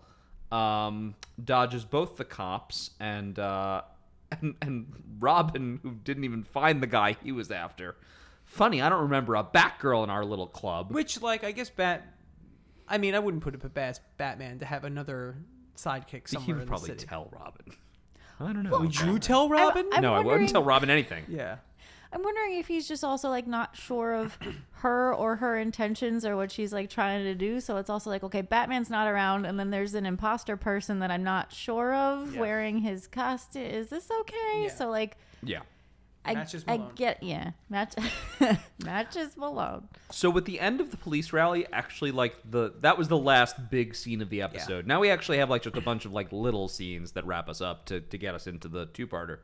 Speaker 1: um, dodges both the cops and, uh, and and Robin, who didn't even find the guy he was after. Funny, I don't remember a Batgirl in our little club.
Speaker 2: Which, like, I guess Bat. I mean, I wouldn't put it past Batman to have another sidekick somewhere
Speaker 1: he would
Speaker 2: in
Speaker 1: probably
Speaker 2: the city.
Speaker 1: tell Robin. I don't know.
Speaker 2: Would you tell Robin?
Speaker 3: I'm
Speaker 1: no, I
Speaker 3: wondering-
Speaker 1: wouldn't tell Robin anything.
Speaker 2: yeah.
Speaker 3: I'm wondering if he's just also like not sure of her or her intentions or what she's like trying to do. So it's also like, okay, Batman's not around, and then there's an imposter person that I'm not sure of wearing his costume. Is this okay?
Speaker 2: Yeah.
Speaker 3: So like,
Speaker 1: Yeah.
Speaker 3: I,
Speaker 2: Matches
Speaker 3: I
Speaker 2: Malone.
Speaker 3: get yeah, match matches Malone.
Speaker 1: So at the end of the police rally, actually, like the that was the last big scene of the episode. Now we actually have like just a bunch of like little scenes that wrap us up to, to get us into the two parter.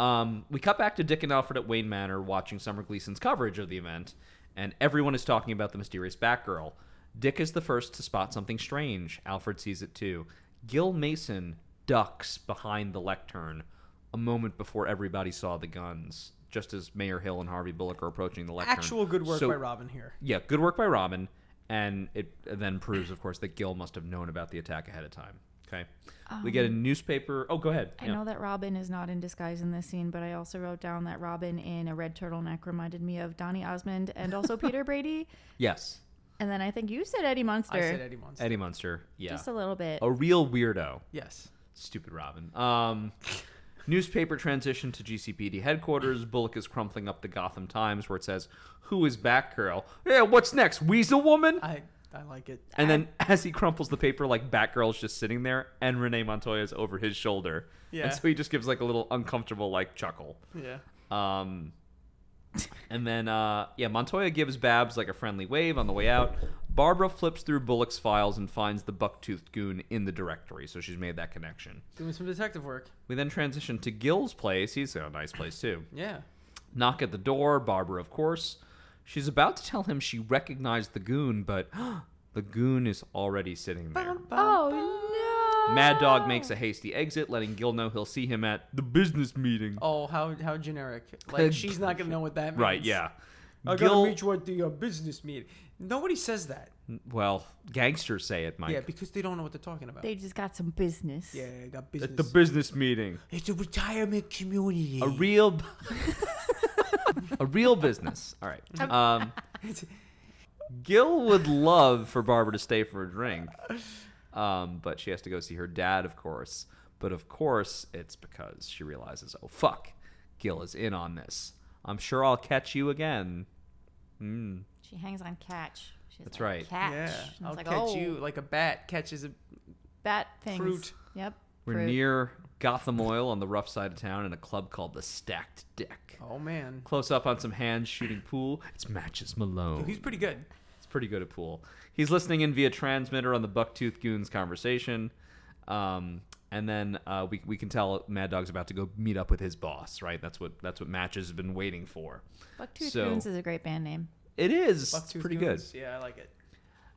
Speaker 1: Um, we cut back to Dick and Alfred at Wayne Manor watching Summer Gleason's coverage of the event, and everyone is talking about the mysterious Batgirl. Dick is the first to spot something strange. Alfred sees it too. Gil Mason ducks behind the lectern a moment before everybody saw the guns, just as Mayor Hill and Harvey Bullock are approaching the lectern.
Speaker 2: Actual good work
Speaker 1: So-
Speaker 2: by Robin here.
Speaker 1: yeah, good work by Robin, and it then proves, of course, that Gil must have known about the attack ahead of time. Okay, we get a newspaper. Oh, go ahead.
Speaker 3: Um, I know that Robin is not in disguise in this scene, but I also wrote down that Robin in a red turtleneck reminded me of Donny Osmond and also Peter Brady.
Speaker 1: Yes,
Speaker 3: And then I think you said Eddie Munster.
Speaker 2: I said Eddie Monster.
Speaker 1: Eddie Munster. Yeah, Oh,
Speaker 3: Just a little bit.
Speaker 1: a real weirdo.
Speaker 2: Yes.
Speaker 1: Stupid Robin. Um, newspaper transition to GCPD headquarters. Bullock is crumpling up the Gotham Times, where it says, "Who is Batgirl? Yeah, what's next? Weasel Woman."
Speaker 3: Uh,
Speaker 2: I I like it.
Speaker 1: and then as he crumples the paper, like Batgirl's just sitting there, and Renee Montoya's over his shoulder.
Speaker 2: Yeah.
Speaker 1: And so he just gives like a little uncomfortable like chuckle.
Speaker 2: Yeah.
Speaker 1: Um, and then, uh, yeah, Montoya gives Babs like a friendly wave on the way out. Barbara flips through Bullock's files and finds the buck-toothed goon in the directory, so she's made that connection.
Speaker 2: Doing some detective work.
Speaker 1: We then transition to Gil's place. He's got a nice place too.
Speaker 2: Yeah.
Speaker 1: Knock at the door, Barbara, of course. She's about to tell him she recognized the goon, but the goon is already sitting there.
Speaker 3: oh no!
Speaker 1: Mad Dog makes a hasty exit, letting Gil know he'll see him at the business meeting.
Speaker 2: Oh, how how generic. Like she's not gonna know what that means.
Speaker 1: Right, yeah.
Speaker 2: I
Speaker 1: Gil,
Speaker 2: gotta meet you at the uh, business meeting. Nobody says that.
Speaker 1: well, gangsters say it, Mike.
Speaker 2: Yeah, because they don't know what they're talking about.
Speaker 3: They just got some business.
Speaker 2: yeah, I got business.
Speaker 1: At the business meeting.
Speaker 4: It's a retirement community.
Speaker 1: A real b- A real business. All right. Um Gil would love for Barbara to stay for a drink. Um, but she has to go see her dad, of course. But of course, it's because she realizes, oh fuck, Gil is in on this. I'm sure I'll catch you again. Mm.
Speaker 3: She hangs on catch. She's
Speaker 1: That's
Speaker 3: like,
Speaker 1: right.
Speaker 3: Catch.
Speaker 2: yeah,
Speaker 3: And it's
Speaker 2: I'll
Speaker 3: like,
Speaker 2: catch
Speaker 3: oh,
Speaker 2: you like a bat catches a.
Speaker 3: Bat things.
Speaker 2: Fruit.
Speaker 3: Yep.
Speaker 1: We're
Speaker 3: fruit.
Speaker 1: near Gotham Oil on the rough side of town in a club called the Stacked Deck.
Speaker 2: Oh man,
Speaker 1: Close up on some hands shooting pool. It's matches Malone.
Speaker 2: he's pretty good.
Speaker 1: He's pretty good at pool. He's listening in via transmitter on the Bucktooth Goons conversation. Um, and then uh, we, we can tell Mad Dog's about to go meet up with his boss, right? That's what that's what Matches has been waiting for.
Speaker 3: Bucktooth
Speaker 1: So-
Speaker 3: Goons is a great band name.
Speaker 1: It is.
Speaker 2: Buck
Speaker 1: It's
Speaker 2: tooth
Speaker 1: pretty
Speaker 2: goons.
Speaker 1: good.
Speaker 2: Yeah, I like it.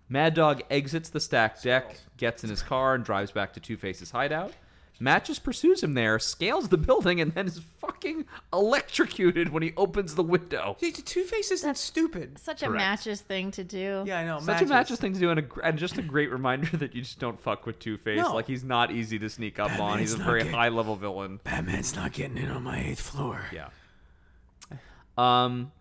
Speaker 1: Mad Dog exits the stack deck, gets in his car, and drives back to Two Face's hideout. Matches pursues him there, scales the building, and then is fucking electrocuted when he opens the window.
Speaker 2: See, Two Face isn't stupid.
Speaker 3: Such a
Speaker 1: Correct.
Speaker 3: matches thing to do.
Speaker 2: Yeah, I know.
Speaker 1: Such a matches thing to do, and, a, gr- and just a great reminder that you just don't fuck with Two Face.
Speaker 2: No.
Speaker 1: Like he's not easy to sneak up on. He's
Speaker 4: Batman's
Speaker 1: a
Speaker 4: not
Speaker 1: very
Speaker 4: good.
Speaker 1: high level villain.
Speaker 4: Batman's not getting in on my eighth floor.
Speaker 1: Yeah. Um,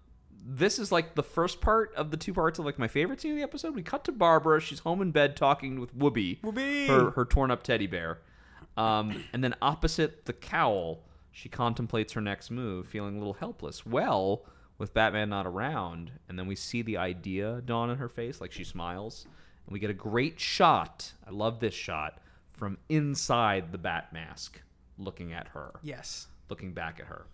Speaker 1: this is like the first part of the two parts of like my favorite scene of the episode. We cut to Barbara. She's home in bed talking with Whoopi,
Speaker 2: Whoopi!
Speaker 1: her her torn up teddy bear. Um, and then opposite the cowl, she contemplates her next move, feeling a little helpless. Well, with Batman not around, and then we see the idea dawn in her face, like she smiles, and we get a great shot. I love this shot from inside the Bat mask, looking at her
Speaker 2: Yes.
Speaker 1: looking back at her.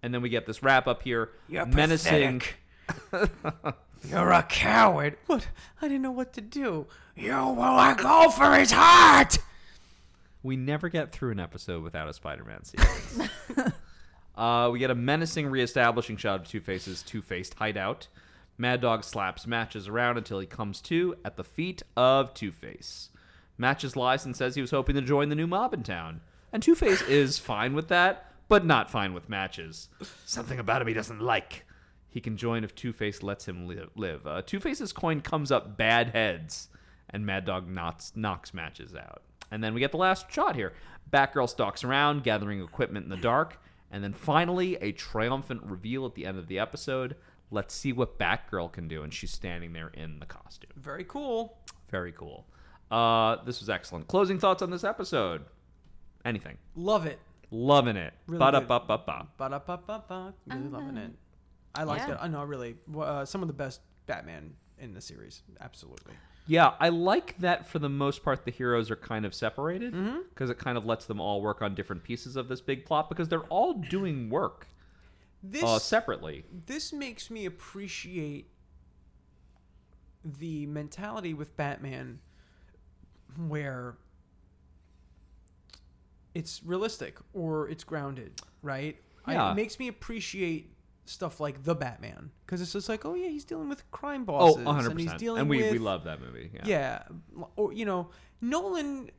Speaker 1: And then we get this wrap up here.
Speaker 4: You're
Speaker 1: menacing.
Speaker 4: pathetic. You're a coward.
Speaker 2: What? I didn't know what to do.
Speaker 4: You will let go for his heart.
Speaker 1: We never get through an episode without a Spider-Man sequence. uh, we get a menacing reestablishing shot of Two Face's two-faced hideout. Mad Dog slaps Matches around until he comes to at the feet of Two Face. Matches lies and says he was hoping to join the new mob in town, and Two Face is fine with that, but not fine with Matches. Something about him he doesn't like. He can join if Two Face lets him li- live. Uh, Two Face's coin comes up bad heads, and Mad Dog knocks, knocks matches out. And then we get the last shot here. Batgirl stalks around, gathering equipment in the dark, and then finally a triumphant reveal at the end of the episode. Let's see what Batgirl can do, and she's standing there in the costume.
Speaker 2: Very cool.
Speaker 1: Very cool. Uh, this was excellent. Closing thoughts on this episode? Anything?
Speaker 2: Love it.
Speaker 1: Loving it.
Speaker 2: Really
Speaker 1: ba da
Speaker 2: good.
Speaker 1: ba ba ba.
Speaker 2: Ba-da-ba-ba-ba. Really loving it. I liked
Speaker 3: Yeah.
Speaker 2: it. I know, really. Uh, some of the best Batman in the series. Absolutely.
Speaker 1: Yeah, I like that for the most part the heroes are kind of separated
Speaker 2: Mm-hmm.
Speaker 1: because it kind of lets them all work on different pieces of this big plot because they're all doing work
Speaker 2: This
Speaker 1: uh, separately.
Speaker 2: this makes me appreciate the mentality with Batman where it's realistic or it's grounded, right? I,
Speaker 1: Yeah.
Speaker 2: it makes me appreciate stuff like The Batman because it's just like, oh yeah, he's dealing with crime
Speaker 1: Oh,
Speaker 2: bosses
Speaker 1: 100%.
Speaker 2: and
Speaker 1: And,
Speaker 2: he's dealing
Speaker 1: we, we
Speaker 2: with-
Speaker 1: love that movie. Yeah.
Speaker 2: yeah. or you know nolan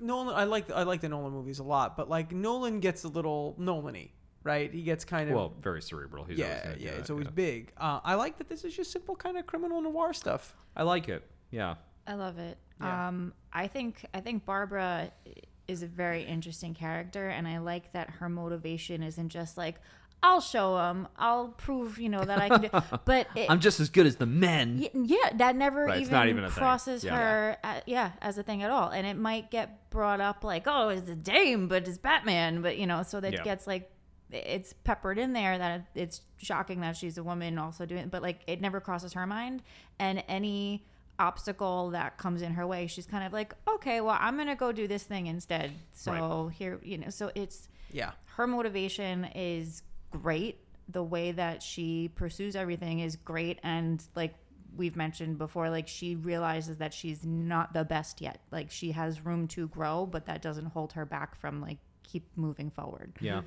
Speaker 2: nolan i like i like the nolan movies a lot but like nolan gets a little nolan-y right he gets kind of
Speaker 1: Well, very cerebral. He's always
Speaker 2: yeah
Speaker 1: gonna do
Speaker 2: yeah
Speaker 1: that,
Speaker 2: it's always
Speaker 1: yeah.
Speaker 2: big uh, i like that this is just simple kind of criminal noir stuff
Speaker 1: I like it. Yeah.
Speaker 3: I love it.
Speaker 2: Yeah.
Speaker 3: Um, I think I think Barbara is a very interesting character, and I like that her motivation isn't just like I'll show him, I'll prove you know that I can. do But it,
Speaker 1: I'm just as good as the men.
Speaker 3: Y- yeah, that never
Speaker 1: Right, it's
Speaker 3: even,
Speaker 1: not even a thing.
Speaker 3: crosses
Speaker 1: Yeah.
Speaker 3: her, uh, yeah, as a thing at all. And it might get brought up like, oh, it's the Dame, but it's Batman, but you know, so that
Speaker 1: Yeah.
Speaker 3: gets like, it's peppered in there that it's shocking that she's a woman also doing, but like it never crosses her mind. And any obstacle that comes in her way, she's kind of like, okay, well, I'm gonna go do this thing instead. So here, you know, so it's
Speaker 2: yeah
Speaker 3: her motivation is great. The way that she pursues everything is great. And like we've mentioned before, like she realizes that she's not the best yet. Like she has room to grow, but that doesn't hold her back from like keep moving forward.
Speaker 1: Yeah.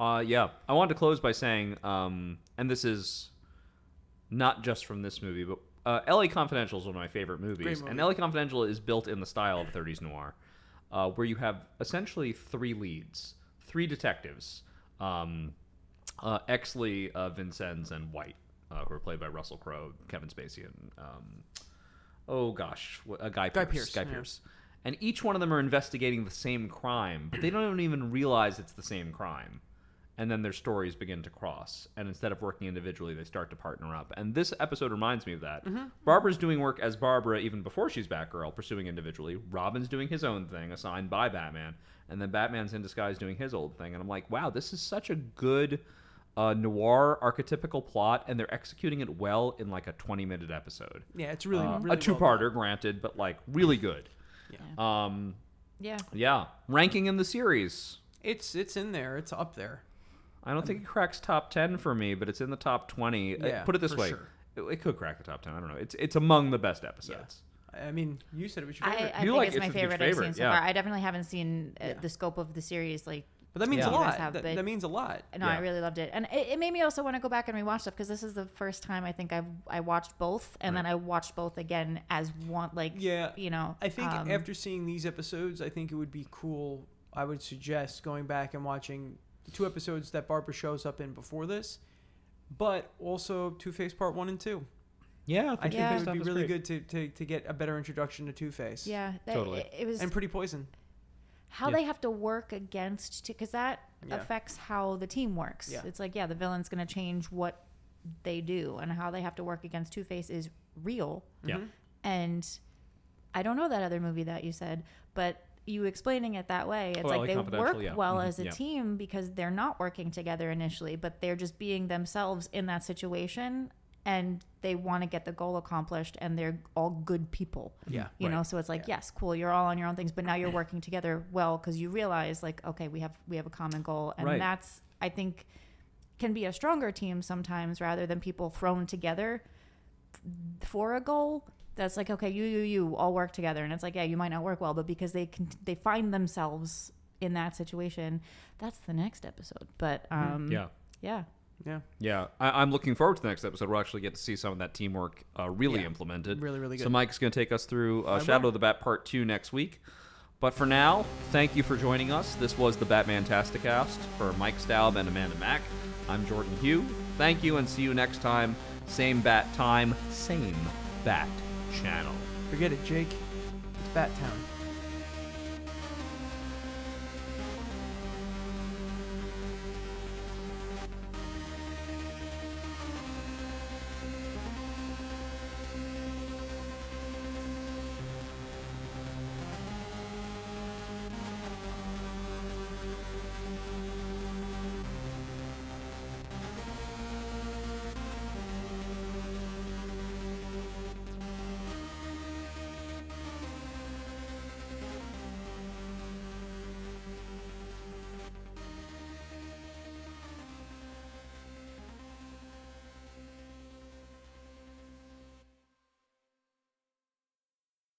Speaker 1: Uh, yeah. I wanted to close by saying, um, and this is not just from this movie, but uh, L.A. Confidential is one of my favorite movies,
Speaker 2: movie.
Speaker 1: and L.A. Confidential is built in the style of 30s noir, uh, where you have essentially three leads, three detectives, um, uh, Exley, uh, Vincennes, and White, uh, who are played by Russell Crowe, Kevin Spacey, and um, oh gosh, wh- uh, Guy,
Speaker 2: Guy
Speaker 1: Pierce.
Speaker 2: Pearce,
Speaker 1: Guy
Speaker 2: yeah.
Speaker 1: Pierce. And each one of them are investigating the same crime, but they don't even realize it's the same crime. And then their stories begin to cross. And instead of working individually, they start to partner up. And this episode reminds me of that.
Speaker 2: Mm-hmm.
Speaker 1: Barbara's doing work as Barbara even before she's Batgirl, pursuing individually. Robin's doing his own thing, assigned by Batman. And then Batman's in disguise doing his old thing. And I'm like, wow, this is such a good uh, noir archetypical plot. And they're executing it well in like a 20 minute episode.
Speaker 2: yeah it's really,
Speaker 1: Uh,
Speaker 2: really
Speaker 1: a
Speaker 2: well
Speaker 1: two-parter, granted, but like really good. Yeah. Um,
Speaker 3: Yeah.
Speaker 1: yeah. Ranking in the series,
Speaker 2: done. it's it's in there it's up there
Speaker 1: I don't think it cracks top ten for me, but it's in the top twenty. Uh,
Speaker 2: Yeah,
Speaker 1: Put it this
Speaker 2: for
Speaker 1: way,
Speaker 2: sure.
Speaker 1: it, it could crack the top ten. I don't know. It's it's among the best episodes.
Speaker 2: i mean you said it was your
Speaker 3: I,
Speaker 2: favorite
Speaker 3: I
Speaker 1: You
Speaker 3: think
Speaker 1: like
Speaker 3: it's
Speaker 1: it,
Speaker 3: my
Speaker 1: it's your
Speaker 3: favorite, I've seen
Speaker 1: favorite,
Speaker 3: so
Speaker 1: yeah.
Speaker 3: far. I definitely haven't seen uh, the scope of the series. Like,
Speaker 2: but that means
Speaker 1: Yeah.
Speaker 2: a
Speaker 1: You
Speaker 3: guys
Speaker 2: lot
Speaker 3: have
Speaker 2: that,
Speaker 3: big-
Speaker 2: that means a lot
Speaker 3: no, I
Speaker 1: Yeah.
Speaker 3: really loved it, and it, it made me also want to go back and rewatch stuff because this is the first time I think I've I watched both, and then I watched both again as one like
Speaker 2: Yeah.
Speaker 3: you know
Speaker 2: I think
Speaker 3: um,
Speaker 2: after seeing these episodes, I think it would be cool. I would suggest going back and watching the two episodes that Barbara shows up in before this, but also Two Face Part One and Two.
Speaker 1: Yeah,
Speaker 2: I think
Speaker 3: Yeah.
Speaker 2: it would be really good to, to, to get a better introduction to Two Face.
Speaker 3: Yeah, that-
Speaker 1: Totally.
Speaker 3: It, it was
Speaker 2: And Pretty Poison.
Speaker 3: how
Speaker 1: Yeah.
Speaker 3: they have to work against because that
Speaker 2: Yeah.
Speaker 3: affects how the team works.
Speaker 2: Yeah.
Speaker 3: It's like yeah, the villain's going to change what they do and how they have to work against Two Face is real.
Speaker 1: Yeah.
Speaker 3: And I don't know that other movie that you said, but you explaining it that way, it's
Speaker 1: Oh, LA
Speaker 3: like they
Speaker 1: Confidential,
Speaker 3: work
Speaker 1: yeah.
Speaker 3: well
Speaker 1: Mhm,
Speaker 3: as a
Speaker 1: yeah.
Speaker 3: team because they're not working together initially, but they're just being themselves in that situation and they want to get the goal accomplished and they're all good people.
Speaker 2: Yeah.
Speaker 3: You know,
Speaker 1: Right.
Speaker 3: so it's like, yes, cool, you're all on your own things, but now you're working together well because you realize like, okay, we have we have a common goal. And
Speaker 1: Right.
Speaker 3: that's I think can be a stronger team sometimes rather than people thrown together for a goal that's like okay you you you all work together and it's like yeah you might not work well but because they can they find themselves in that situation that's the next episode but um
Speaker 1: Mm-hmm. Yeah.
Speaker 3: yeah
Speaker 2: Yeah.
Speaker 1: Yeah, I, I'm looking forward to the next episode. We'll actually get to see some of that teamwork uh, really
Speaker 2: Yeah.
Speaker 1: implemented.
Speaker 2: Really, really
Speaker 1: So
Speaker 2: good.
Speaker 1: Mike's going to take us through uh, Shadow of the Bat Part Two next week. But for now, thank you for joining us. This was the Batman Tasticast for Mike Staub and Amanda Mack. I'm Jordan Hugh. Thank you, and see you next time. Same bat time, same bat channel.
Speaker 2: Forget it, Jake. It's Bat Town.